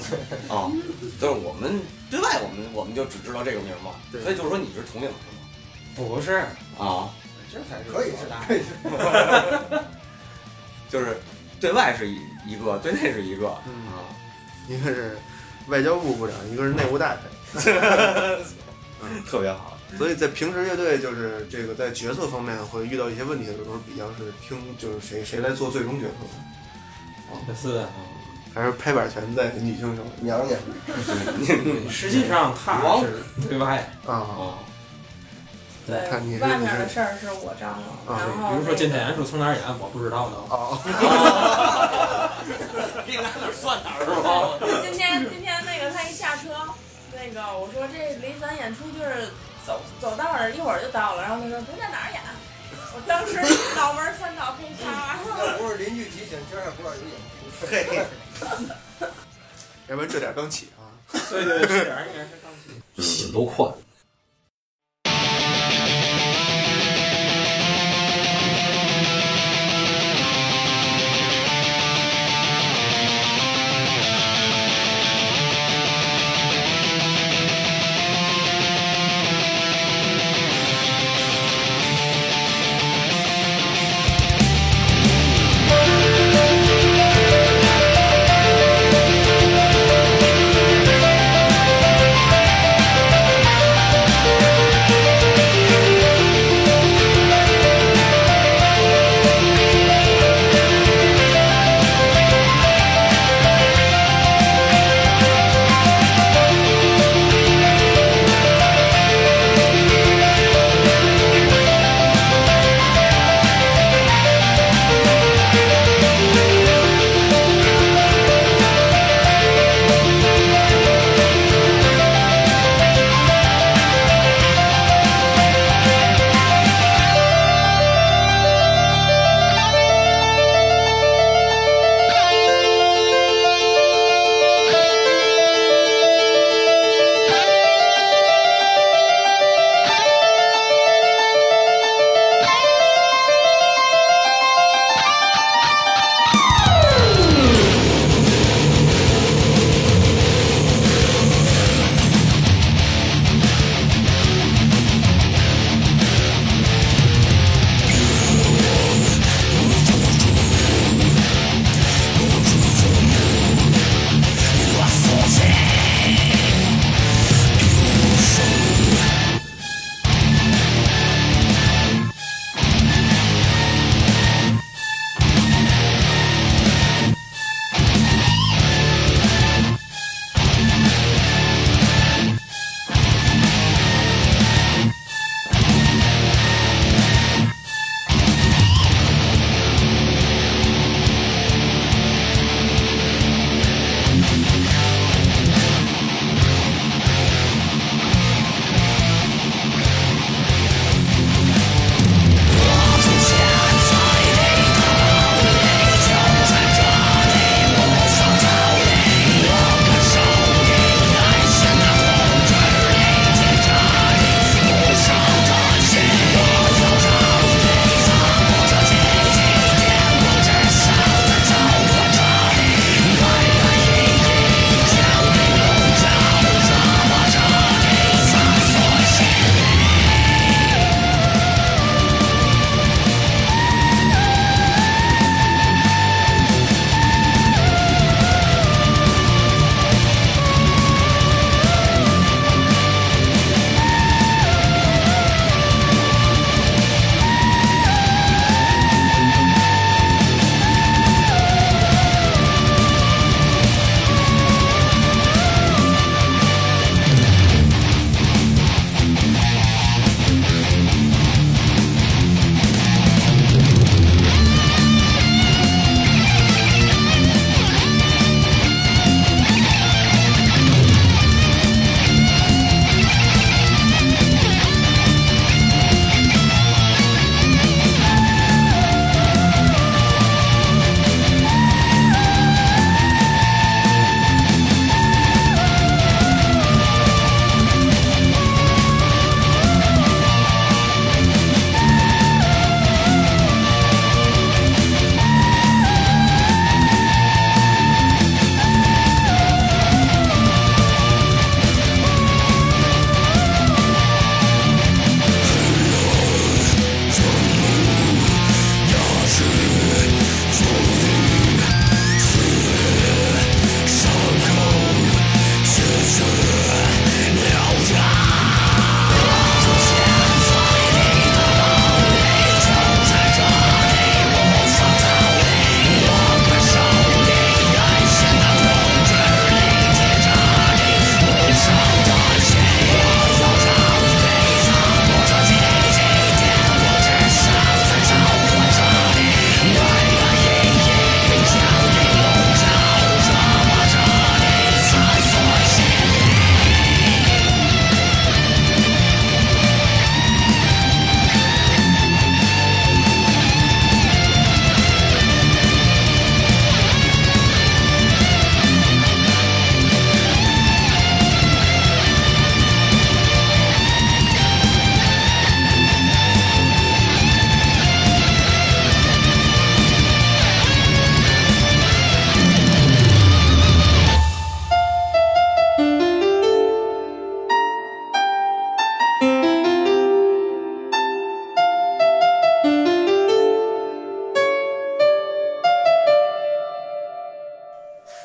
S2: 哦，就是我们对外我们我们就只知道这个名儿嘛，所以就是说你是统领是
S8: 不是，
S2: 吗？啊，
S11: 这才可以是
S8: 大
S11: 可以
S2: 就是对外是一一个，对内是一个啊。
S1: 一个是外交部部长，一个是内务大臣，
S2: 特别 <laughs> 好。
S1: 所以在平时乐队就是这个在决策方面会遇到一些问题的时候，比较是听就是谁谁来做最终决策，
S8: 这次
S1: 还是拍板权在女性手里
S11: 娘娘，
S8: 嗯实际上他是对哎外，
S1: 啊。
S9: 对
S1: 看你，是
S9: 外面
S1: 你
S9: 的
S1: 是
S9: 事儿是我张罗，然后
S8: 比如说
S9: 那
S8: 今
S9: 个
S8: 天演出从哪儿演，我不知道呢。
S1: 哦
S2: 你拿哪儿算哪儿
S9: 今天今天那个他一下车，那个我说这离咱演出就是走走道儿，一会儿就到了。然后他说不在哪儿演，我当时脑门儿三道黑叉。
S11: 要不是邻居提醒，今儿也不知道有演出。
S2: 嘿，
S1: 要不然这点刚起啊。
S8: 对对，这点儿应该是刚起。
S2: 心都宽。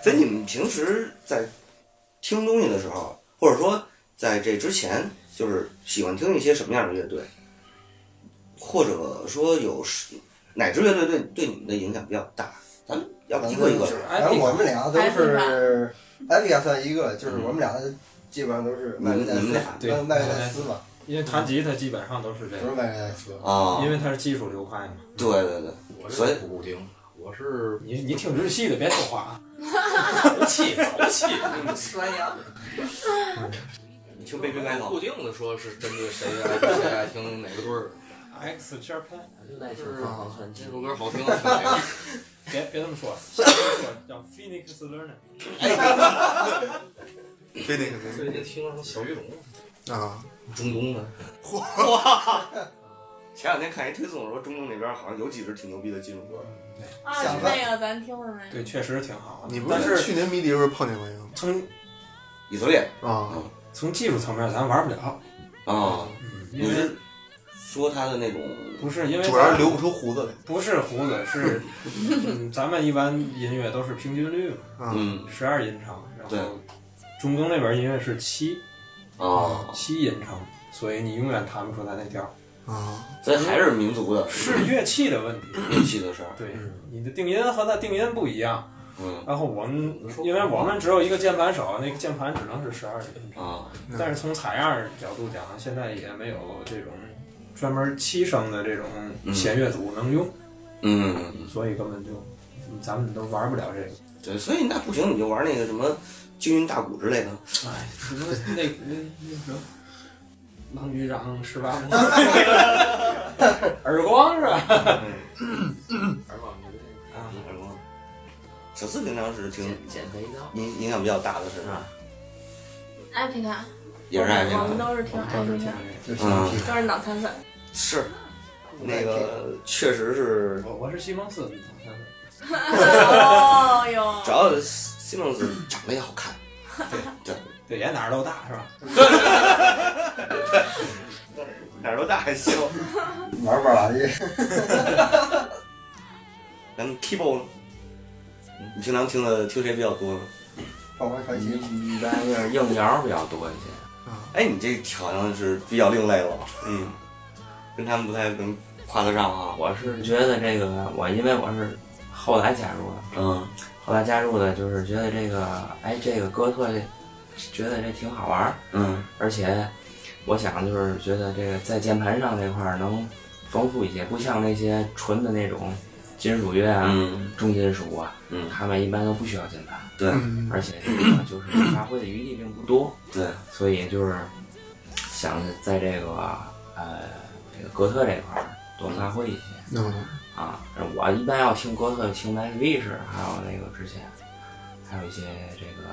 S2: 所以你们平时在听东西的时候，或者说在这之前，就是喜欢听一些什么样的乐队，或者说有是哪支乐队对对你们的影响比较大？咱们要不一个一个说。
S11: 反正我们俩都是，艾比亚算一个，就是我们俩基本上都是
S2: 你
S11: 麦
S2: 们
S11: 克戴
S2: 你
S11: 斯
S2: 们俩，
S8: 对
S11: 麦克戴斯嘛。
S8: 因为弹吉他基本上都是这
S11: 都
S8: 个，
S11: 是麦克戴斯
S2: 啊
S8: 因为它是技术流派嘛。
S2: 对对
S10: 我
S2: 对，所以
S10: 这不固定，我是
S8: 你你听日系的，别说话啊。
S10: 早起早起，你们吃完牙。
S2: 你听贝贝麦
S10: 固
S2: 头，
S10: 定的说是针对谁爱听谁爱听哪个队儿，
S8: X Japan，
S10: 就是这
S2: 嗯
S10: 首歌好听。啊
S2: <laughs>
S10: 好听
S8: 别别这么说，下一个说叫 Phoenix Learner。
S1: 非那个
S10: 最近听了什么小语种，
S1: 啊，
S10: 中东的，
S2: 哇！前两天看一推送说，中东那边好像有几支挺牛逼的进入歌，
S9: 啊，是那个咱听了没？
S8: 对，确实挺好。啊
S1: 你不
S8: 但
S1: 是
S8: 是
S1: 去年迷笛时候碰见过一个吗？
S8: 从
S2: 以色列
S1: 啊，
S8: 从技术层面咱玩不了，
S2: 啊，
S8: 因
S2: 你
S8: 为
S2: 是说他的那种
S8: 不是因为
S1: 嗯主要是
S8: 咱
S1: 留不出胡子来。
S8: 不是胡子是，嗯，咱们一般音乐都是平均律嘛，
S1: 啊
S2: 嗯
S8: 十二音长，然
S2: 对
S8: 后中东那边音乐是七
S2: 啊，
S8: 七音长，所以你永远弹不出来那调儿，
S1: 啊，
S2: 所以还是民族的
S8: 是乐器的问题。
S2: 运气的事儿，
S8: 对，
S1: 嗯
S8: 你的定音和那定音不一样。
S2: 嗯
S8: 然后我们，因为我们只有一个键盘手，那个键盘只能是十二音长。
S2: 啊，
S8: 但是从采样角度讲，现在也没有这种专门七声的这种
S1: 嗯
S8: 弦乐组能用，
S2: 嗯，
S8: 所以根本就嗯咱们都玩不了这个。
S2: 对，所以那不行，你就玩那个什么京韵大鼓之类的，
S8: 哎，什么那那那什么，王局长是吧？ <laughs> 耳光是吧？
S10: 嗯耳光这个
S8: 啊，
S2: 耳光。小四平常是听
S10: 减减肥啊的。
S2: 影影响比较大的是啥？
S9: 哎
S20: 艾皮卡，
S2: 也是爱情
S20: 我们都是听艾
S8: 当时
S20: 皮
S8: 听
S20: 卡，
S8: 这
S11: 就是
S2: 嗯
S11: 皮卡
S20: 都是脑残粉。
S2: 是那个确实是
S8: 个，我我是西蒙斯，好像是
S9: 哦哟
S2: 主，要 Simmons 长得也好 <laughs> 看，
S8: 对，也哪儿都大是吧？
S2: 哪儿都大还行。
S11: 玩啊不玩去？
S2: 咱们 Kibo，呢你平常听的听谁比较多呢？
S11: 凤凰传奇，
S10: 一般是硬摇比较多一些，
S2: 哎，你这好像是比较另类了，嗯，跟他们不太能夸得上啊。
S21: 我是觉得这个，我因为我是后来加入的，
S2: 嗯
S21: 后来加入的就是觉得这个，哎，这个哥特这，觉得这挺好玩儿，
S2: 嗯
S21: 而且我想就是觉得这个在键盘上这块儿能丰富一些，不像那些纯的那种金属乐啊、
S2: 嗯
S21: 重金属啊，
S2: 嗯
S21: 他们一般都不需要键盘，
S2: 对
S1: 嗯
S21: 而且这个就是发挥的余地并不多，
S2: <laughs> 对，
S21: 所以就是想在这个呃这个哥特这块儿多发挥一些。
S1: 嗯
S21: 啊，我一般要听哥特，听南士 B 士，还有那个之前，还有一些这个，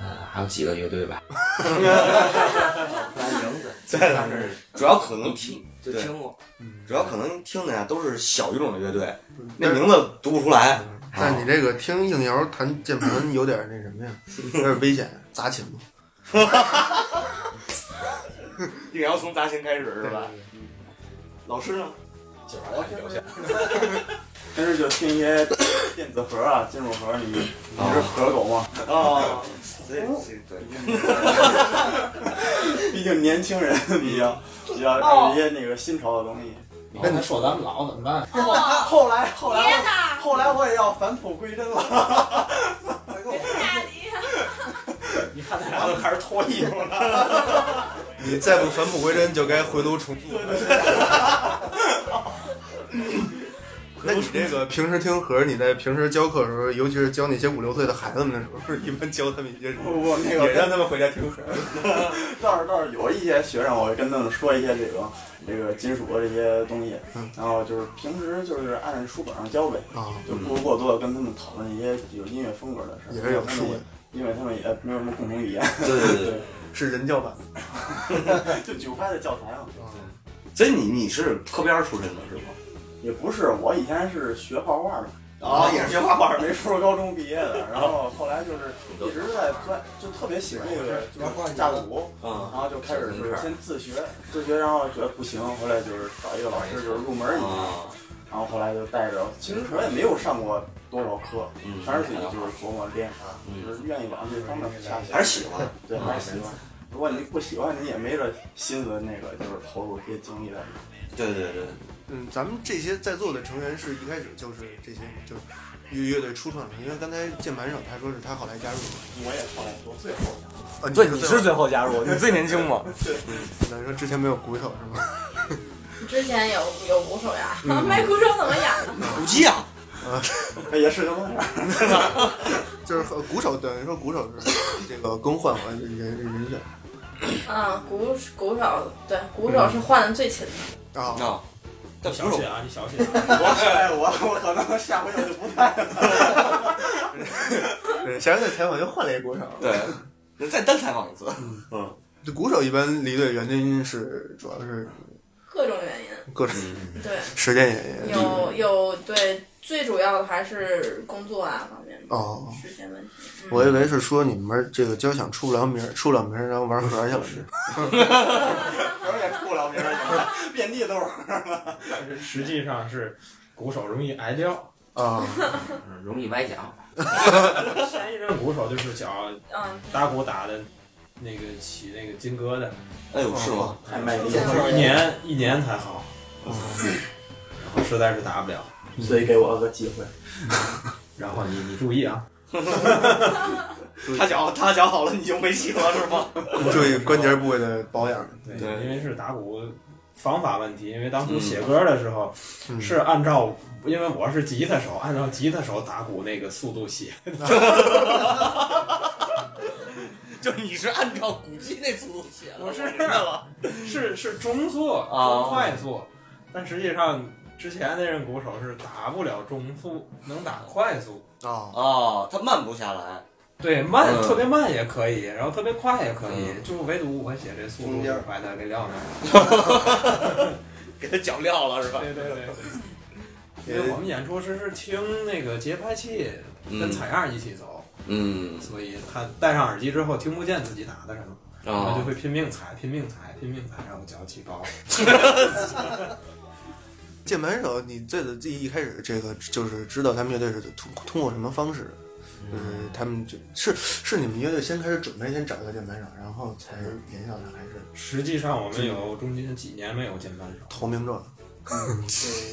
S21: 呃，还有几个乐队吧，
S2: 名字，对，但是主要可能听，
S21: 就
S2: 对嗯
S21: 听过。
S2: 主要可能听的呀都是小语种的乐队，那
S1: 但是
S2: 名字读不出来。
S1: 但你这个听硬摇弹键盘有点那什么 <laughs> 呀，有点危险，砸琴嘛。
S2: 你要从砸琴开始是吧？老师呢？
S8: 啊
S10: 今晚上聊天。
S22: <laughs> 平时就听一些电子盒啊、金属盒，你你是盒狗吗？
S2: 哦，所以对
S22: <laughs> 毕竟年轻人比较比较有一些那个新潮的东西。
S8: 那你说咱们老怎么办？
S22: 啊后来后来
S9: 天
S22: 我
S9: 哪，
S22: 后来我也要返璞归真了。
S9: <laughs> 大迪，
S8: 你看咱俩都开始脱衣服了。
S1: 你再不返璞归真，就该回炉重塑。 <laughs> 那你这个平时听和你在平时教课的时候，尤其是教那些五六岁的孩子们的时候，一般教他们一些什么？
S22: 不不，那
S1: 也
S22: 个
S1: 让他们回家听和。
S22: <laughs> 倒是倒是有一些学生，我会跟他们说一些这个这个金属的这些东西
S1: 嗯，
S22: 然后就是平时就是按书本上教呗，
S1: 啊，
S22: 就不过多的跟他们讨论一些有音乐风格的事儿，
S1: 也是有书本，
S22: 因为他们也没有什么共同语言，
S2: 对对对对。
S1: 是人教版。
S22: 就九块的教材嘛。
S2: 所以你你是科班出身的是吗？
S22: 也不是，我以前是学画画的，
S2: 啊，也是学画画的。
S22: 没说高中毕业的，然后后来就是一直在钻，就特别喜欢这个就是架鼓，
S2: 嗯
S22: 然后就开始就是先自学，自学然后觉得不行，后来就是找一个老师就是入门一下，
S2: 啊，
S22: 然后后来就带着，其实我也没有上过多少课，
S2: 嗯
S22: 全是自己就是琢磨练啥，就是愿意往这方面下去，
S2: 嗯还是喜
S22: <laughs>
S2: 欢
S22: 对，还是喜欢。如果你不喜欢，你也没这心思那个就是投入这些精力在里面。
S2: 对对对，
S1: 嗯，咱们这些在座的成员是一开始就是这些就是乐乐队初创的，因为刚才键盘手他说是他后来加入的，
S22: 我也后来我最后
S1: 啊，
S2: <laughs> 对，你是最后加入，你最年
S22: <laughs>
S2: 轻 <laughs> 嘛。
S22: 对，
S1: 等于说之前没有鼓手是吗？
S9: 之前有有鼓手呀，
S1: 嗯
S9: 没鼓手怎么演呢？
S2: 鼓机啊，
S1: 啊，
S22: 哎也是个梦。啊
S1: 就是和鼓手等于说鼓手是这个更换完人人选
S9: 嗯，鼓鼓手对，鼓
S1: 嗯
S9: 手是换的最勤的。
S1: 啊
S22: <laughs>
S2: <laughs> 啊，但
S8: 小心啊，你小心、
S22: 哎，我我可能下回我就不带了。 <laughs>
S1: 对，前面在采访就换了一鼓手，
S2: <laughs> 对，再单采访一次。
S1: 嗯，这鼓手一般离队原因是主要是
S9: 各种原因，
S1: 各种
S2: 嗯
S9: 对
S1: 时间原因，
S9: 有有对，最主要的还是工作啊方面的
S1: 哦
S9: 时间问题。嗯
S1: 我以为是说你们这个交响出不了名儿，出不了名儿，然后玩盒去了是。
S22: 我也出不了名儿， <laughs> 遍地都是。
S8: 实际上是鼓手容易挨掉
S1: 啊，
S21: 嗯容易崴脚。
S8: 前一阵鼓手就是脚
S9: 嗯
S8: 打鼓打的，那个起那个金疙瘩。
S2: 哎呦是吗
S8: 还卖力，
S22: 健身
S8: 一年一年才好，嗯然后实在是打不了，嗯
S22: 所以给我个机会。
S8: 然后你你注意啊，
S2: 他脚他脚好了，你就没戏了是吗？ <laughs>
S1: 注意关节部位的保养。
S8: 对，因为是打鼓方法问题，因为当初写歌的时候、是按照，因为我是吉他手，按照吉他手打鼓那个速度写，
S2: 就你是按照古迹那速度写的，
S8: 我是
S2: 明白了。
S8: <laughs> 是是中速
S2: 啊
S8: 中快速，但实际上之前那任鼓手是打不了中速，能打快速
S1: 啊
S2: 哦，他慢不下来。
S8: 对，慢、
S2: 嗯
S8: 特别慢也可以，然后特别快也可以，就唯独我写这速度把它给撂那儿了，
S2: <laughs> 给他脚撂了是吧？
S8: 对对对。因为我们演出时是听那个节拍器跟采样一起走，
S2: 嗯
S8: 所以他戴上耳机之后听不见自己打的什么，然
S2: 哦
S8: 后就会拼命踩、拼命踩、拼命踩，然后脚起包。
S1: 键盘手，你最早最一开始这个就是知道他们乐队是通通过什么方式的，
S8: 嗯
S1: 就是他们就是是你们乐队先开始准备，先找一个键盘手，然后才联想的，还是
S8: 实际上我们有中间几年没有键盘手，
S1: 投名状。
S8: 我们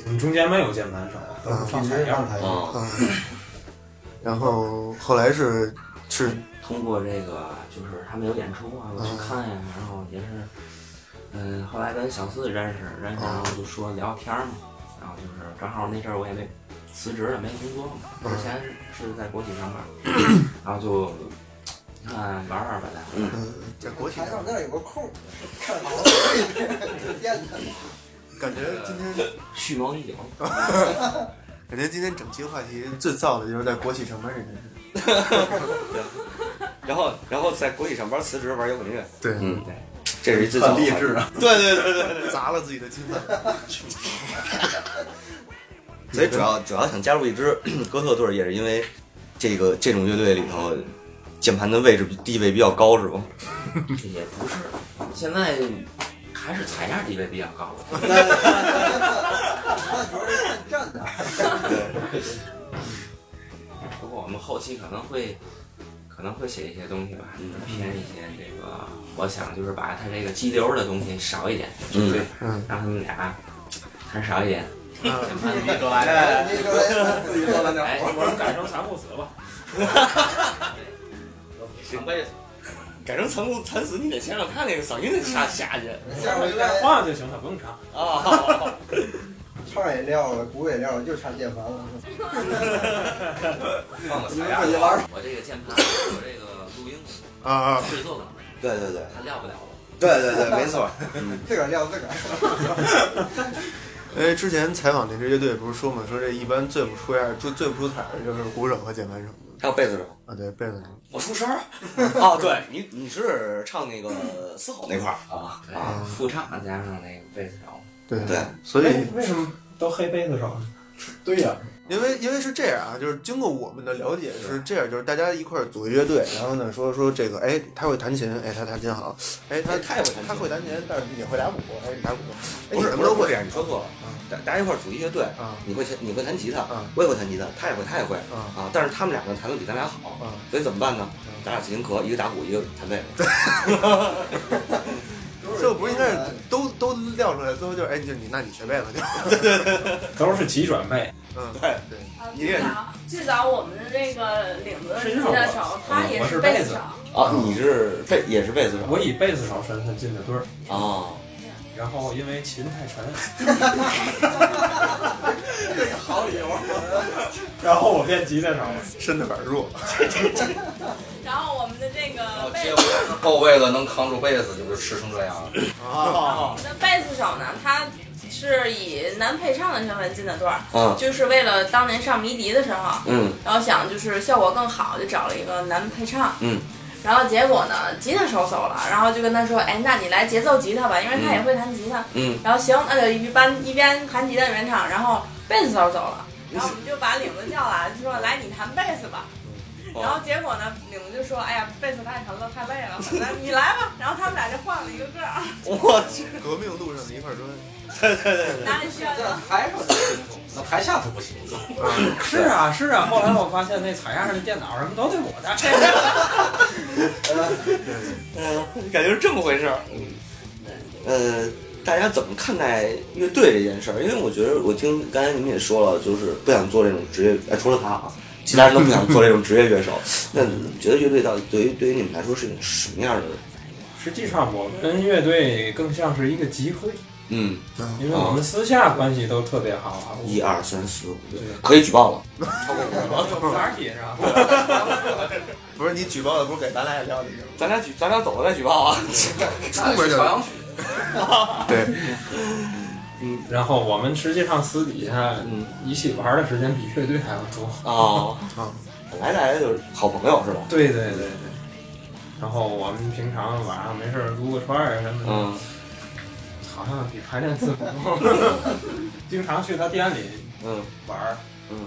S8: 嗯中间没有键盘手，都是放采样
S1: 嗯
S2: 啊
S1: 嗯然后后来是是
S21: 通过这个，就是他们有演出啊，我去看呀，然后也是，嗯，后来跟小四认识，认
S1: 啊
S21: 识然后就说聊天嘛，然后就是正好那阵儿我也没辞职了，没工作嘛，
S1: 嗯
S21: 之前是在国企上班， <coughs> 然后就看玩玩吧，大家
S1: 在国企
S11: 台上那儿有个空，看好了，练的。
S1: 感觉今天
S21: <laughs> 蓄谋已久，
S1: <laughs> 感觉今天整期话题最燥的就是在国企上班这件事。
S2: <laughs> 然后然后在国企上班辞职玩摇滚乐，
S1: 对，
S2: 嗯，这是一最
S1: 很
S2: 早
S1: 励志啊
S2: 对对对对对，
S1: 砸了自己的
S21: <laughs>
S1: 金饭。
S2: 所以主要主要想加入一支 <clears throat> 哥特队，也是因为这个这种乐队里头，键盘的位置地位比较高，是吧？
S21: 也不是，现在还是采样地位比较高。
S11: 那主要是看站的。
S21: 不过我们后期可能会可能会写一些东西吧，嗯偏一些这个，我想就是把他这个激流的东西少一点，
S2: 嗯
S21: 对，
S1: 嗯
S21: 让他们俩谈少一点。
S11: 嗯
S21: 哎
S22: 你
S21: 多
S2: 哎
S22: 来
S11: 你多来
S22: 自己多来点
S21: 哎
S8: 我们改成残酷死吧。
S2: 行呗，改成残酷惨死，你得先让他那个嗓音得下下去。
S11: 下回
S8: 再换就行了，不用唱。
S2: 啊，
S11: 唱也撂了，鼓也撂了，就差键盘了。
S21: 放个采样
S11: 你们自己玩儿
S21: 我这个键盘，我这个录音
S1: 啊啊
S21: 制作等着，
S2: 对对对，
S21: 他撂不了了。
S2: 对对对，没错。
S11: 自个儿撂自个儿。
S1: 因哎为之前采访那支乐队不是说嘛，说这一般最不出样、最最不出彩的就是鼓手和键盘手
S2: 还有贝斯手
S1: 啊，对贝斯手。
S2: 我出声儿。 <laughs> 哦，对你你是唱那个嘶吼那块儿啊
S21: 对，副唱加上那个贝斯手，
S1: 对
S2: 对，哎
S1: 所以
S8: 为什么都黑贝斯手？
S22: 对呀、
S1: 因为因为是这样啊，就是经过我们的了解是这样，就是大家一块儿组乐队，然后呢说说这个，哎，他会弹琴，哎，他弹琴好，哎，他
S2: 他也会
S1: 他会弹琴，但是也会打鼓，哎，你打鼓，哎，
S2: 不是
S1: 你
S2: 不
S1: 们
S2: 是
S1: 都
S2: 不
S1: 会啊
S2: 是这样，你说错了。大大家一块儿组一乐队，你会弹你会弹吉他，我也会弹吉他，他也会他也会啊，但是他们两个弹的比咱俩好，所以怎么办呢？咱俩自行壳，一个打鼓，一个弹贝斯。
S1: 这不是应该是都都撂出来，最后就是哎，就你那你学背了，就对对对，
S8: 都是急转背，
S1: 嗯，
S2: 对
S1: 对，
S2: <laughs>
S9: 啊，
S1: 你也
S9: 最
S1: 是
S9: 早最早我们的这个领子
S8: 是
S9: 吉
S8: 一首
S9: 他手，他也贝手。
S2: 啊，你是贝也是贝斯手，
S8: 我以贝斯手身份进的队儿
S2: <laughs> 啊，
S8: 然后因为琴太沉，
S10: 这个好
S2: <laughs>
S10: 理由。
S8: <laughs> 然后我变吉他手了，
S1: 身子板弱。
S9: 然后我们的这个贝
S10: 结果后为了能扛住被子，就是吃成这样了。
S2: 哦
S9: 我们的贝斯手呢，他是以男配唱的身份进的队儿，
S2: 啊
S10: 嗯
S9: 就是为了当年上迷笛的时候，
S10: 嗯
S9: 然后想就是效果更好，就找了一个男配唱，
S2: 嗯，
S9: 然后结果呢，吉他手走了，然后就跟他说，哎，那你来节奏吉他吧，因为他也会弹吉他，
S2: 嗯
S9: 然后行，那就一边一边弹吉他原唱，然后贝斯手走了，
S2: 嗯
S9: 然后我们就把领子叫来，就说来你弹贝斯吧。
S2: 哦
S9: <laughs> 然后结果呢，领子就说：“哎呀，贝斯太沉了，太累了，那你来吧。”然后他们俩就换了一个
S2: <laughs>
S9: 个儿。
S2: 我去，
S1: 革命路上的一块砖。
S2: 对对对
S9: 哪里需要
S10: 在台上他行走，那台下他不行走。
S8: 是啊是啊。后来我发现那采样的电脑什么都得我带，
S2: 嗯， <laughs> 感觉是这么回事儿。嗯呃，大家怎么看待乐队这件事儿？因为我觉得，我听刚才你们也说了，就是不想做这种职业，呃、除了他啊，其他人都不想做这种职业 <laughs> 乐手。那你们觉得乐队到底对于对于你们来说是一种什么样的？
S8: <laughs> 实际上我们乐队更像是一个集会，
S2: 嗯，
S8: 因为我们私下关系都特别好啊。
S2: 一二三四五
S8: 对，
S2: 可以举报了。
S8: 哪体上？
S1: 不是你举报的，不是给咱俩也撂里
S2: <laughs> 咱俩举，咱俩走了再举报 <laughs> 啊！
S1: 出门就
S10: 朝阳区，
S1: 对，
S8: 嗯， <laughs> 然后我们实际上私底下
S2: 嗯
S8: 一起玩的时间比乐队还要多
S2: <laughs> 哦，本来大家就是好朋友是吧？
S8: 对对对对。然后我们平常晚上没事儿撸个串儿啊什么的，
S2: 嗯
S8: 好像比排练次数
S2: <laughs>
S8: 多，经常去他店里
S2: 嗯
S8: 玩儿。
S2: 嗯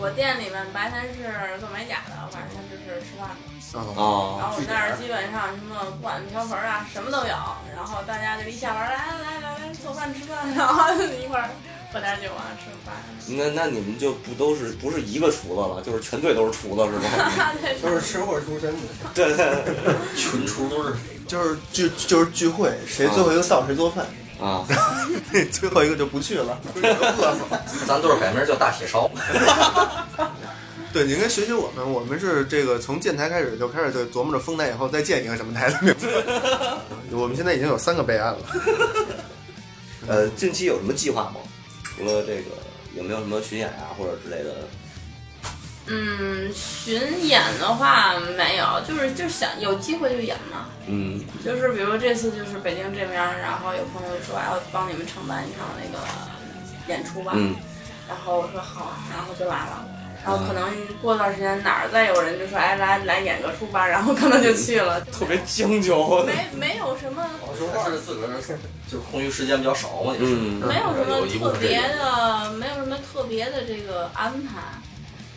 S9: 我店里面白天是做美甲的，晚上就是吃饭的。
S2: 哦
S9: 然后我那儿基本上什么锅碗瓢盆啊，什么都有。然后大家就一下班儿，来来来来做饭吃饭，然后一块儿喝点酒啊，吃个饭。
S2: 那那你们就不都是不是一个厨子了，就是全队都是厨子是
S9: <laughs>
S2: 吧？
S9: 对
S11: 都是吃货出身的。
S2: 对对对，
S1: 群厨都是就是聚就是聚会，谁最后一个到谁做 <laughs> 饭
S2: 啊，
S1: 最后一个就不去了，
S10: 咱队儿改名叫大铁
S2: <laughs>
S10: 烧。
S1: <laughs> 对，你应该学习我们，我们是这个从建台开始就开始就琢磨着丰台以后再建一个什么台的 <laughs> 名字。我们现在已经有三个备案了。
S2: 呃，近期有什么计划吗？除了这个，有没有什么巡演啊，或者之类的？
S9: 嗯，巡演的话没有，就是就是想有机会就演嘛。
S2: 嗯
S9: 就是比如这次就是北京这边儿，然后有朋友说要帮你们承办一场那个演出吧，
S2: 嗯
S9: 然后我说好，啊然后就来了。然后可能过段时间哪儿再有人就说哎来来演个出吧，然后可能就去了，
S2: 特别将就啊
S9: 没没有什么
S10: 我说话是自个儿就是空余时间比较少嘛，也是。
S2: 嗯
S9: 没有什么
S10: 嗯有一部
S9: 特
S10: 分这
S9: 别
S10: 个
S9: 的，没有什么特别的这个安排，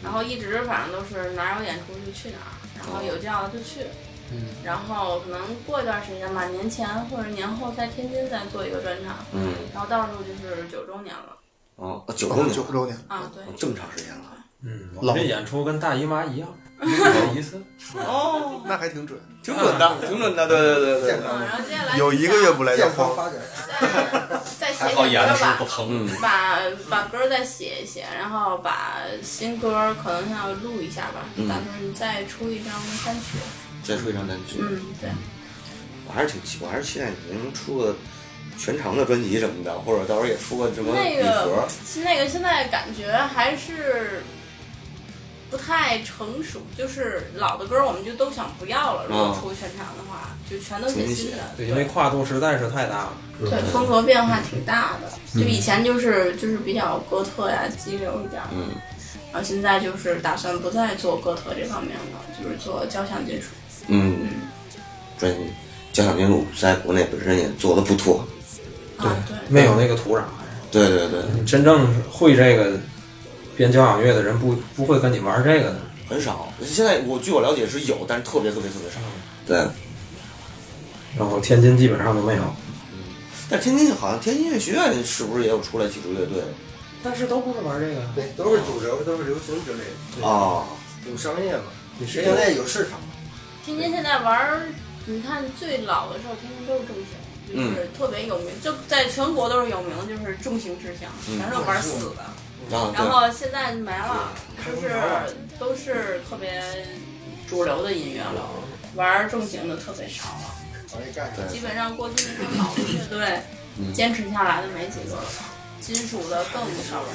S9: 然后一直反正都是哪儿有演出就去哪儿，然后有叫就去，
S2: 嗯
S9: 然后可能过一段时间吧，年前或者年后在天津再做一个专场，
S2: 嗯
S9: 然后到时候就是九周年了
S2: 哦，九周年，
S1: 九周年
S10: 嗯
S9: 啊，对，
S2: 这么长时间了，
S8: 嗯，
S2: 老
S8: 我们这演出跟大姨妈
S2: <laughs>
S8: 一样，一年一次。
S2: 哦，
S1: 那还挺准，
S2: 挺准的，挺准的，对对对对。
S9: 嗯
S1: 有一个月不来就
S11: 健康
S1: 慌。
S11: 发展，
S9: 再写
S10: 还
S9: 写
S10: 好演的
S9: 歌
S10: 时候不
S9: 吧。
S10: 疼。
S9: 把把歌再写一写，然后把新歌可能要录一下吧，
S2: 嗯
S9: 打算再出一张单曲。
S2: 再出一张单曲，
S9: 嗯，对。
S2: 我还是挺期，我还是期待你们能出个全长的专辑什么的，或者到时候也出个什么
S9: 那
S2: 礼
S9: 个
S2: 盒。
S9: 是那个现在感觉还是不太成熟，就是老的歌我们就都想不要了。如
S2: 嗯
S9: 果出全场的话，就全都写新的。
S8: 对，因为跨度实在是太大了。
S9: 对，风格变化挺大的。
S8: 嗯
S9: 就以前就是就是比较哥特呀、激流一点儿，
S2: 嗯，
S9: 然后现在就是打算不再做哥特这方面了，就是做交响金属。
S2: 嗯，专辑交响金属在国内本身也做的不错，
S9: 啊，对，
S2: 啊
S8: 没有那个土壤，
S2: 对对对，
S8: 真正会这个编交响乐的人不不会跟你玩这个的，
S2: 很少。现在我据我了解是有，但是特别特别特别少。对，
S8: 然后天津基本上都没有。
S2: 但天津好像天津音乐学院是不是也有出来几支乐队？
S8: 但是都不是玩这个，
S11: 对，都是主流，都是流行之类的。
S2: 哦，
S11: 有商业嘛？你现在有市场。
S9: 天津现在玩儿，你看最老的时候，天津都是重型，
S2: 嗯
S9: 就是特别有名，就在全国都是有名，就是重型之乡，
S2: 嗯
S9: 全是玩死的。
S2: 啊，
S9: 然后现在没了，就是都是特别主流的音乐了，玩重型的特别少了。基本上过去那些老的乐队
S2: 嗯
S9: 坚持下来的没几个了，金属的更少了。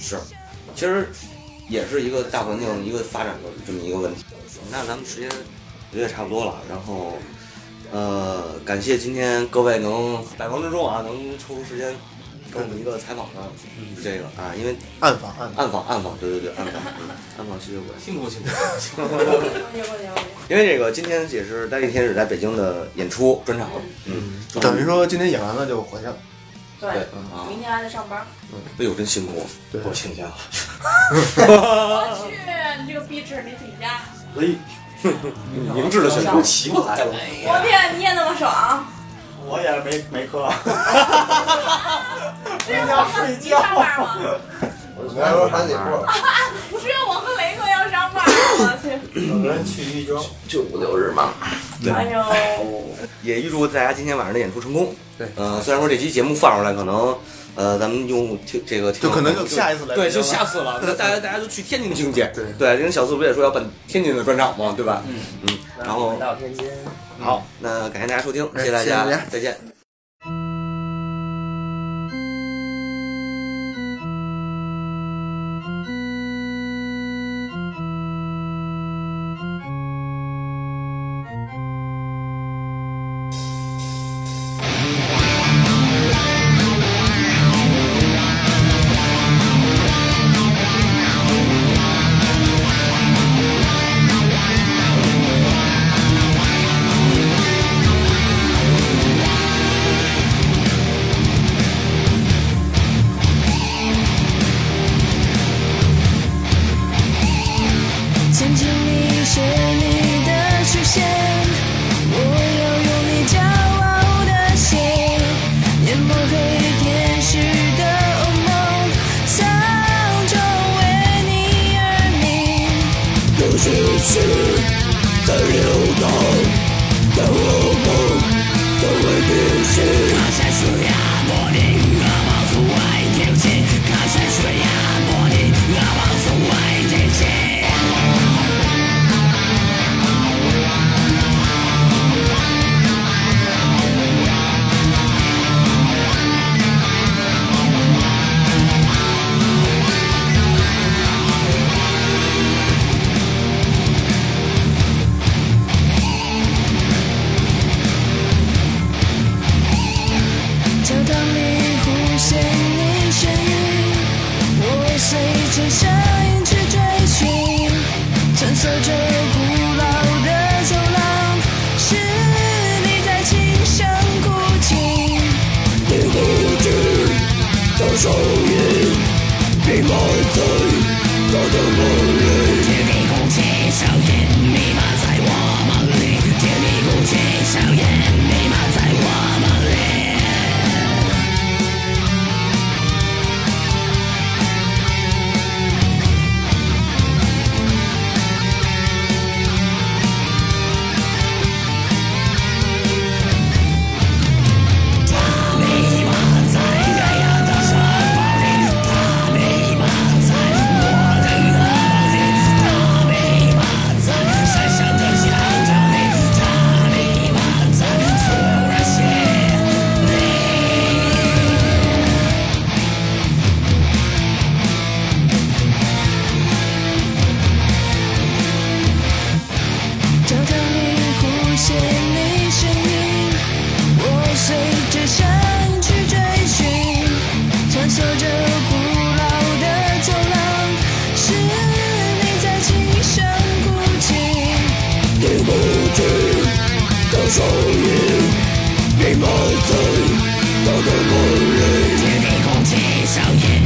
S2: 是，其实也是一个大环境、一个发展的这么一个问题。那咱们时间有点差不多了，然后呃，感谢今天各位能百忙之中啊，能抽出时间跟我们一个采访呢，是这个啊，因为
S1: 暗访暗
S2: 访暗访暗访，对对对，暗访嗯暗访吸血鬼，
S23: 辛苦辛苦。
S2: <laughs> 因为这个今天也是待一天是在北京的演出专场，嗯，
S1: 等于说今天演完了就回去了。
S24: 对
S2: 对啊，
S24: 明天还得上班。
S2: 哎呦真辛苦，我请假。
S24: 我去，你这个逼纸你自己家。
S2: 哎，明智的选择，
S23: 起
S2: <laughs>
S23: 不来了。
S24: 我
S9: 啊
S24: 天，你也那么爽？
S25: 我也没没
S24: <laughs>
S1: <laughs>
S25: 课，
S24: 只有我和你上班吗？
S11: 来时候还得过，
S24: 只有我和雷哥要上班，我去。
S11: 有人去玉庄，
S2: 就五六日嘛。对，
S24: 哎呦，
S2: 也预祝大家今天晚上的演出成功。
S1: 对，
S2: 呃，虽然说这期节目放出来，可能呃，咱们用听这个听众
S1: 就可能就下一次来
S2: 对，
S1: 北京
S2: 就
S1: 了
S2: 下
S26: <laughs>
S2: 次了。那大家大家就去天津听去。对，对，人小四不也说要办天津的专场吗？对吧？嗯嗯，然后
S26: 到天津。
S2: 好，那感谢大家收听，谢谢大
S26: 哎谢谢
S2: 家
S26: 大家，
S2: 再见。
S6: 牵着你是你的曲线，我要用你骄傲的心淹没黑天使的噩梦，丧钟为你而鸣。
S27: 有心事在流动，但我梦总会冰释。刚才说呀，莫你我望从外天际，刚才说呀，莫你我望从外天际。
S6: 教堂里呼吸你身影，我随着声音去追寻，穿梭着古老的走廊，是你在轻声哭泣。
S27: 你固执的手艺，你满嘴高的魔力。天地空气上瘾，弥漫在我梦里。天地空气上瘾，弥漫在我梦里。弥漫在月牙的城堡里，它弥漫在我的噩梦里，它弥漫在山上的教堂里，它弥漫在突然心里。
S6: 教堂里呼吸你身影，我随着声音去追寻，穿梭着古老的走廊，是你在轻声哭泣。
S27: 你固执的手艺，你满嘴高的魔力。天地空气上瘾，